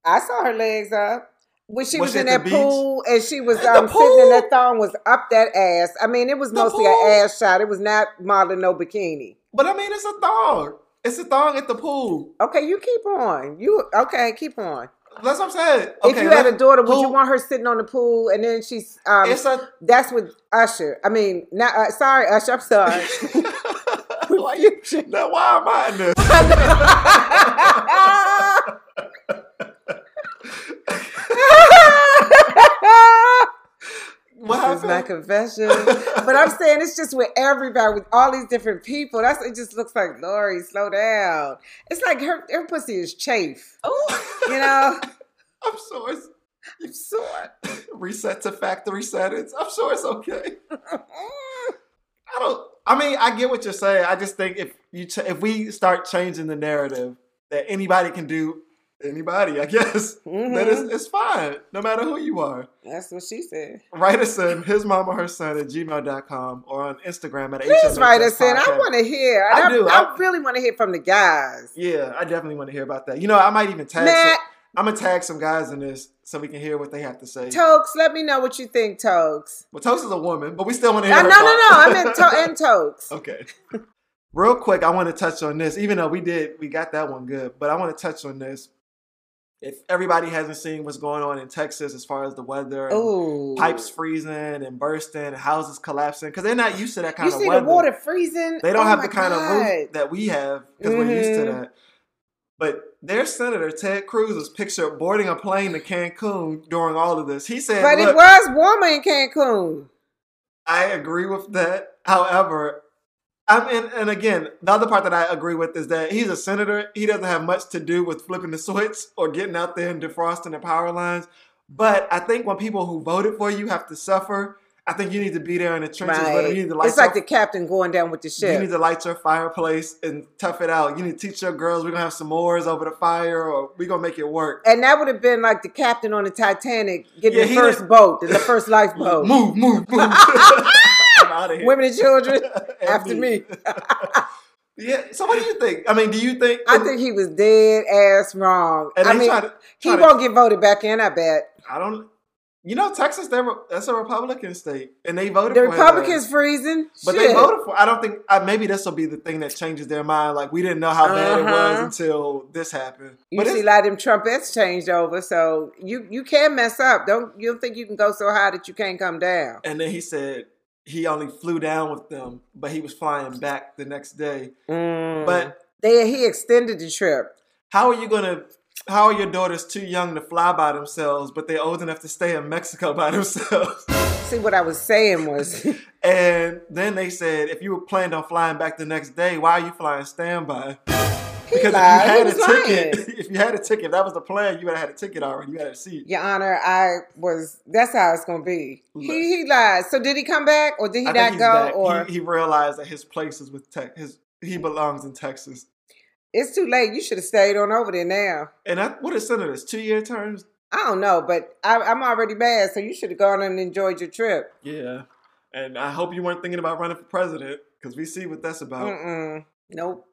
S2: I saw her legs up when she
S1: Was
S2: was,
S1: she
S2: in
S1: at
S2: that
S1: the
S2: pool and she was
S1: At the
S2: um, sitting in
S1: pool?
S2: that thong was up that ass. I mean, it was
S1: The
S2: mostly
S1: pool?
S2: an ass shot. It was not modeling no bikini.
S1: But I mean, it's a thong. It's a thong at the pool.
S2: Okay, you keep on. You okay? Keep on.
S1: That's what I'm saying. Okay,
S2: if you had
S1: let-
S2: a daughter, would you
S1: who-
S2: want her sitting on the pool and then she's um,
S1: it's a
S2: that's with Usher. I mean, not uh, sorry, Usher. I'm sorry.
S1: Why you- now why am I in this? What
S2: this is my
S1: happened?
S2: confession. but I'm saying it's just with everybody, with all these different people. That's it. Just looks like Lori, slow down. It's like her her pussy is chafe.
S1: Oh.
S2: You know,
S1: I'm sure it's
S2: I'm sore.
S1: reset to factory settings. I'm sure it's okay. I don't. I mean, I get what you're saying. I just think if you ch- if we start changing the narrative that anybody can do anybody, I guess that
S2: Mhm.
S1: it's, it's fine, no matter who you are.
S2: That's what she said.
S1: Write us in his mom or her son at gmail.com or on Instagram at
S2: Please
S1: HMHS
S2: write us in. I
S1: podcast.
S2: want to hear.
S1: I
S2: I,
S1: do.
S2: I,
S1: I-
S2: really want to hear from the guys.
S1: Yeah, I definitely want to hear about that. You know, I might even tag.
S2: Matt,
S1: I'm gonna tag some guys in this so we can hear what they have to say.
S2: Tokes, let me know what you think, Tokes.
S1: well, Toast is a woman, but we still want to
S2: No,
S1: hear.
S2: Uh, no,
S1: her
S2: no, no. I
S1: thoughts.
S2: meant to- and totes.
S1: Okay. Real quick, I want to touch on this, even though we did, we got that one good, but I want to touch on this. If everybody hasn't seen what's going on in Texas as far as the weather, and
S2: Ooh.
S1: pipes freezing and bursting, and houses collapsing, because they're not used to that kind
S2: You
S1: of
S2: see
S1: weather.
S2: the water freezing?
S1: They don't
S2: Oh
S1: have
S2: my
S1: the kind of roof
S2: God.
S1: that we have because we're used to
S2: Mhm.
S1: that. But their senator Ted Cruz was pictured boarding a plane to Cancun during all of this. He said,
S2: But
S1: "Look,
S2: it was warmer in Cancun.
S1: I agree with that. However, I mean, and again, the other part that I agree with is that he's a senator. He doesn't have much to do with flipping the switch or getting out there and defrosting the power lines. But I think when people who voted for you have to suffer, I think you need to be there in the trenches. with them.
S2: Right.
S1: You need to light
S2: It's like
S1: your
S2: the captain going down with the
S1: You need
S2: ship.
S1: to light your fireplace and tough it out. You need to teach your girls we're gonna have some s'mores over the fire or we're gonna make it work.
S2: And that would have been like the captain on the Titanic getting
S1: Yeah,
S2: the
S1: he
S2: first
S1: didn't-
S2: boat, the first lifeboat.
S1: Move, move, move. I'm out of here.
S2: Women and children
S1: And
S2: after me.
S1: Yeah. So what do you think? I mean, do you think
S2: I think he was dead ass wrong.
S1: and
S2: I
S1: they
S2: mean,
S1: try to,
S2: he
S1: try to-
S2: won't get voted back in, I bet.
S1: I don't you know Texas they're, that's a Republican state and they voted
S2: The
S1: for him.
S2: Republicans freezing.
S1: But
S2: Shit.
S1: they voted for. I don't think. I, maybe this will be the thing that changes their mind. Like we didn't know how bad it was
S2: Uh-huh.
S1: until this happened.
S2: You
S1: But
S2: see, a
S1: it's,
S2: lot of them trumpets changed over, so you you can mess up. Don't you don't think you can go so high that you can't come down?
S1: and then he said he only flew down with them, but he was flying back the next day.
S2: Mm.
S1: But
S2: they he extended the trip.
S1: how are you gonna? How are your daughters too young to fly by themselves, but they're old enough to stay in Mexico by themselves?
S2: See what I was saying was
S1: And then they said, if you were planned on flying back the next day, why are you flying standby? Because if you
S2: lied. He
S1: had a
S2: was lying.
S1: ticket, if you had a ticket, if that was the plan, you would have had a ticket already. You had a seat.
S2: Your Honor, I was. That's how it's gonna be. He he lied. So did he come back or did he
S1: I think
S2: not
S1: he's
S2: go?
S1: back.
S2: Or
S1: he, he realized that his place is with Tex. His he belongs in Texas.
S2: it's too late. You should have stayed on over there now.
S1: And I, what are senators? Two year terms?
S2: I don't know, but I, I'm already bad. So you should have gone and enjoyed your trip.
S1: Yeah. And I hope you weren't thinking about running for president because we see what that's about.
S2: Mm-mm. Nope.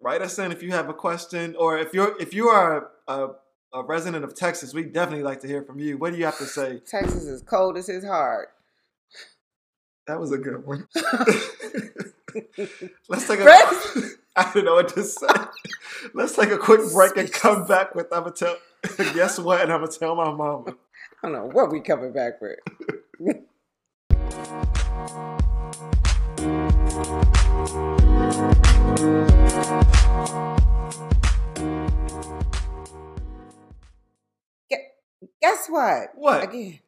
S1: Write us in if you have a question or if you're if you are a, a resident of Texas, we definitely like to hear from you. What do you have to say?
S2: Texas is cold as his heart.
S1: That was a good one. Let's take a.
S2: Break.
S1: I don't know what to say. Let's take a quick break and come back with. I'm gonna tell. Guess what? And I'm gonna tell my mama.
S2: I don't know what we coming back with. Gu- Guess what?
S1: What?
S2: Again.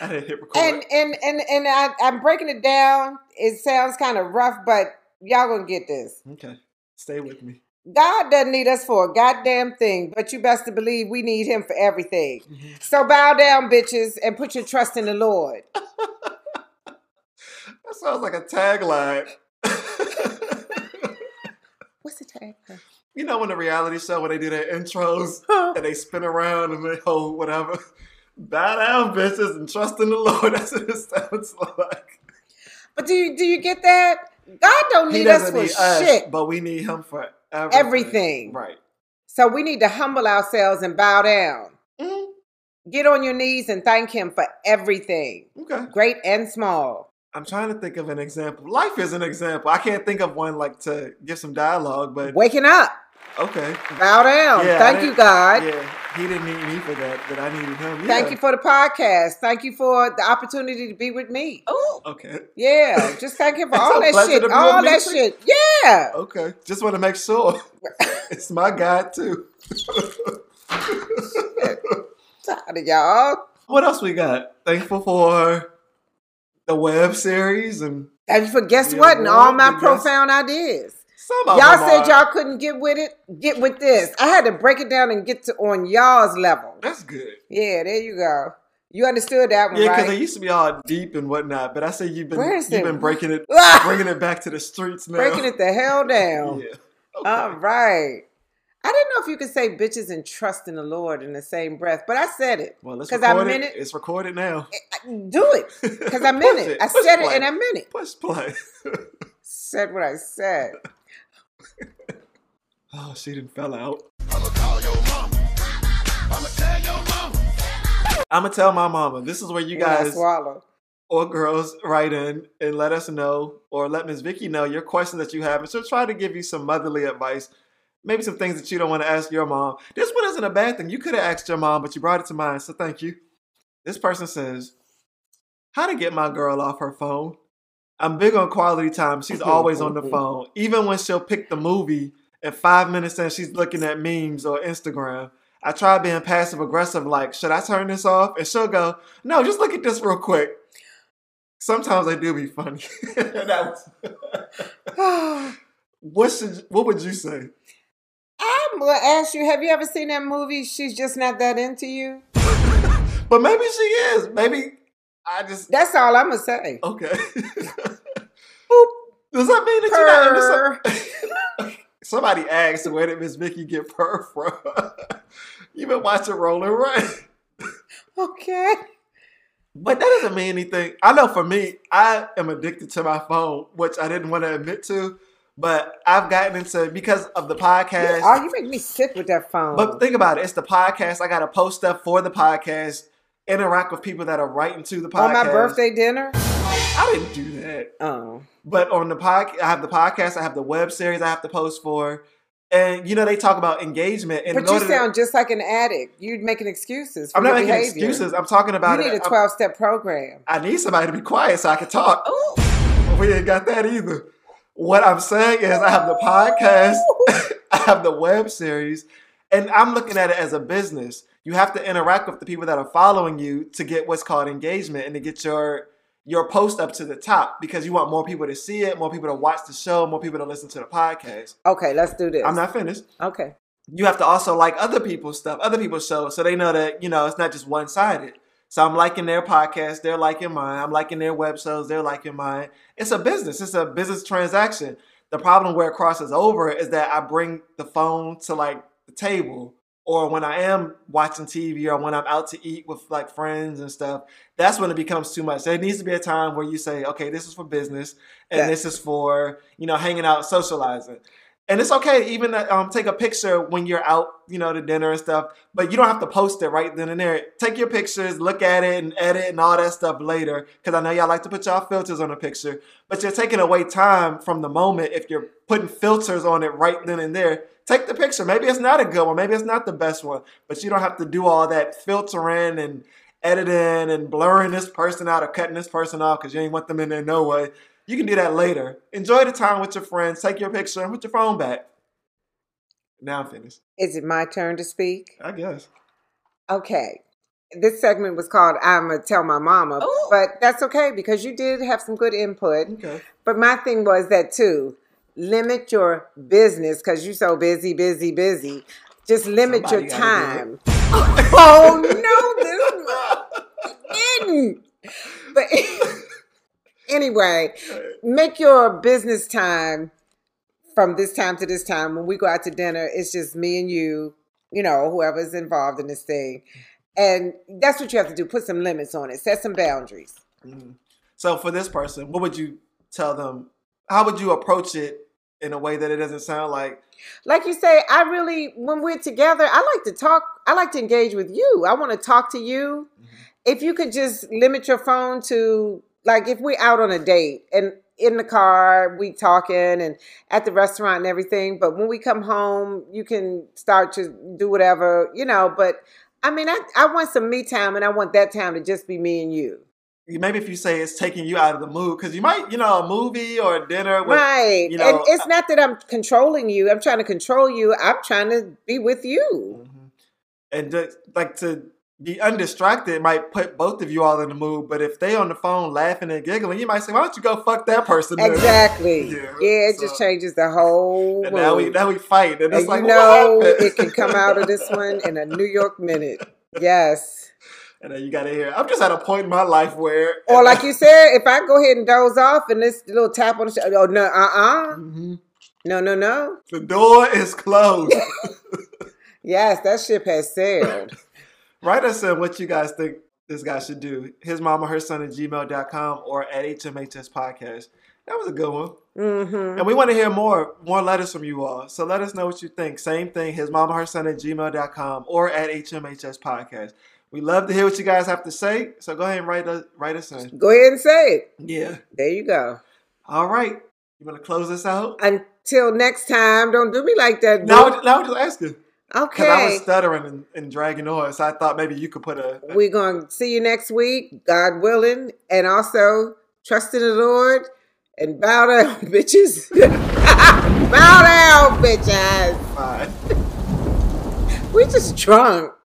S1: I didn't hit record.
S2: And and and and I, I'm breaking it down. It sounds kind of rough, but y'all gonna get this.
S1: okay, stay with me.
S2: God doesn't need us for a goddamn thing, but you best to believe we need him for everything.
S1: Mm-hmm.
S2: So bow down, bitches, and put your trust in the Lord.
S1: That sounds like a tagline.
S2: What's the tagline?
S1: you know, when the reality show when they do their intros and they spin around and they hold whatever. Bow down, bitches, and trust in the Lord. That's what it sounds like.
S2: But do you do you get that? God don't
S1: He
S2: need us
S1: doesn't
S2: for
S1: need us,
S2: shit.
S1: but we need him for everything.
S2: Everything.
S1: Right.
S2: So we need to humble ourselves and bow down.
S1: Mhm.
S2: Mm-hmm. Get on your knees and thank him for everything,
S1: Okay.
S2: great and small.
S1: I'm trying to think of an example. Life is an example. I can't think of one like to give some dialogue, but
S2: Waking up,
S1: okay.
S2: bow down.
S1: Yeah, I
S2: Thank you,
S1: didn't-
S2: God.
S1: Yeah, he didn't need me for that, but I needed him.
S2: Thank
S1: Yeah.
S2: you for the podcast. Thank you for the opportunity to be with me. Oh,
S1: Okay.
S2: yeah. Just thank you for
S1: It's
S2: all
S1: a
S2: that
S1: pleasure
S2: shit.
S1: to be
S2: All
S1: with me,
S2: that
S1: too.
S2: shit. Yeah.
S1: Okay. Just want to make sure it's my guy too.
S2: Tired of y'all.
S1: what else we got? Thankful for the web series and
S2: And for guess
S1: The
S2: what? And all
S1: award,
S2: my
S1: the best-
S2: profound ideas.
S1: some of
S2: Y'all
S1: them
S2: said
S1: are-
S2: y'all couldn't get with it. Get with this. I had to break it down and get to on y'all's level.
S1: That's good.
S2: Yeah, there you go. You understood that one,
S1: Yeah, because
S2: right?
S1: it used to be all deep and whatnot, but I say you've been
S2: Where is
S1: you've
S2: it?
S1: been breaking it,
S2: Ah!
S1: bringing it back to the streets now.
S2: Breaking it the hell
S1: Yeah.
S2: down.
S1: Okay.
S2: All right. I didn't know if you could say bitches and trust in the Lord in the same breath, but I said it.
S1: Well, let's
S2: 'Cause I
S1: record
S2: meant
S1: it.
S2: it. Eh.
S1: It's recorded now.
S2: I- Do it. Because I meant
S1: Push
S2: it.
S1: it.
S2: I
S1: Push
S2: said it
S1: play.
S2: and I meant it.
S1: Push play.
S2: Said what I said.
S1: Oh, she didn't fell out. I'ma tell your mama. I'ma tell your mama. I'ma tell my mama. This is where you
S2: when I
S1: guys
S2: swallowed.
S1: or girls write in and let us know or let Miss Vicky know your questions that you have. And she'll try to give you some motherly advice, maybe some things that you don't want to ask your mom. This one isn't a bad thing. You could have asked your mom, but you brought it to mind. So thank you. This person says, How to get my girl off her phone? I'm big on quality time. She's always on the phone. Even when she'll pick the movie and five minutes in, she's looking at memes or Instagram. I try being passive aggressive, like, should I turn this off? And she'll go, no, just look at this real quick. Sometimes they do be funny. That was- what should what would you say?
S2: I'm going to ask you have you ever seen that movie, She's Just Not That Into You?
S1: But maybe she is. Maybe I just
S2: That's all I'm going to say.
S1: okay. Does that mean that you're not into some-
S2: Purr.
S1: Somebody asked where did Miss Vicky get purr from? You've been watching Rolling Rain.
S2: Okay.
S1: But that doesn't mean anything. I know for me, I am addicted to my phone, which I didn't want to admit to, but I've gotten into because of the podcast.
S2: Oh, you make me sick with that phone.
S1: But think about it. It's the podcast. I got to post stuff for the podcast, interact with people that are writing to the podcast.
S2: On my birthday dinner?
S1: I didn't do that.
S2: Oh.
S1: But on the podcast, I have the podcast. I have the web series I have to post for. And, you know, they talk about engagement. And in
S2: but you
S1: order to-
S2: sound just like an addict. You're making excuses. For
S1: I'm not
S2: your
S1: making
S2: behavior.
S1: excuses. I'm talking
S2: You
S1: about
S2: need
S1: it.
S2: a
S1: I'm-
S2: 12 step program.
S1: I need somebody to be quiet so I can talk. We ain't got that either. What I'm saying is, I have the podcast, I have the web series, and I'm looking at it as a business. You have to interact with the people that are following you to get what's called engagement and to get your your post up to the top because you want more people to see it, more people to watch the show, more people to listen to the podcast.
S2: Okay, let's do this.
S1: I'm not finished.
S2: Okay.
S1: You have to also like other people's stuff, other people's shows, so they know that you know it's not just one sided. So I'm liking their podcast, they're liking mine. I'm liking their web shows, they're liking mine. It's a business. It's a business transaction. The problem where it crosses over is that I bring the phone to like the table or when I am watching TV or when I'm out to eat with like friends and stuff, that's when it becomes too much. There needs to be a time where you say, okay, this is for business and
S2: Yeah.
S1: this is for, you know, hanging out, socializing. And it's okay, even uh, um, take a picture when you're out, you know, to dinner and stuff, but you don't have to post it right then and there. Take your pictures, look at it and edit and all that stuff later, because I know y'all like to put y'all filters on a picture but you're taking away time from the moment if you're putting filters on it right then and there. Take the picture. Maybe it's not a good one. Maybe it's not the best one, but you don't have to do all that filtering and editing and blurring this person out or cutting this person off because you ain't want them in there no way. You can do that later. Enjoy the time with your friends. Take your picture and put your phone back. Now I'm finished.
S2: Is it my turn to speak?
S1: I guess.
S2: Okay. This segment was called I'm going to Tell My Mama, but that's okay because you did have some good input.
S1: Okay.
S2: But my thing was that too, limit your business because you're so busy, busy, busy. Just limit
S1: Somebody
S2: your
S1: gotta do
S2: time. oh no, this didn't. But anyway, make your business time from this time to this time. When we go out to dinner, it's just me and you, you know, whoever's involved in this thing. And that's what you have to do. Put some limits on it. Set some boundaries.
S1: Mhm. So for this person, what would you tell them? How would you approach it in a way that it doesn't sound like
S2: like you say, I really, when we're together, I like to talk. I like to
S1: Mm-hmm.
S2: engage with you. I want to talk to you. If you could just limit your phone to like if we're out on a date and in the car we talking and at the restaurant and everything but when we come home you can start to do whatever you know but i mean i, I want some me time and i want that time to just be me and you
S1: Maybe if you say it's taking you out of the mood, because you might, you know, a movie or a dinner with,
S2: right
S1: you know, uh
S2: and it's not that i'm controlling you i'm trying to control you i'm trying to be with you
S1: Mhm. and just, like to be undistracted might put both of you all in the mood. But if they on the phone laughing and giggling, you might say, "Why don't you go fuck that person?" then?"
S2: exactly
S1: Yeah,
S2: yeah, it just
S1: so-
S2: changes the whole
S1: And now we
S2: mood.
S1: now we fight, and it's
S2: And
S1: like
S2: you know
S1: what happened?
S2: it can come out of this one in a new york minute yes
S1: and then you gotta hear. I'm just at a point in my life where,
S2: Or like you said, if I go ahead and doze off and this little tap on the shoulder, oh no, uh uh
S1: Mhm.
S2: no, no, no.
S1: the door is closed.
S2: Yes, that ship has sailed.
S1: Write us in what you guys think this guy should do. His mom or her son at gmail.com or at HMHS podcast. That was a good one.
S2: hmm
S1: And we want to hear more, more letters from you all. So let us know what you think. Same thing, his mom or her son at gmail.com or at HMHS podcast. We love to hear what you guys have to say. So go ahead and write us write us in.
S2: Go ahead and say it.
S1: Yeah.
S2: There you go.
S1: All right. You wanna close this out?
S2: Until next time, don't do me like that.
S1: Now
S2: boo.
S1: now I'm just asking. Because I was
S2: okay.
S1: stuttering and, and dragging on, so I thought maybe you could put a
S2: We're going to see you next week, God willing. And also, trust in the Lord and bow down, bitches. bow down, bitches.
S1: five.
S2: We're just drunk.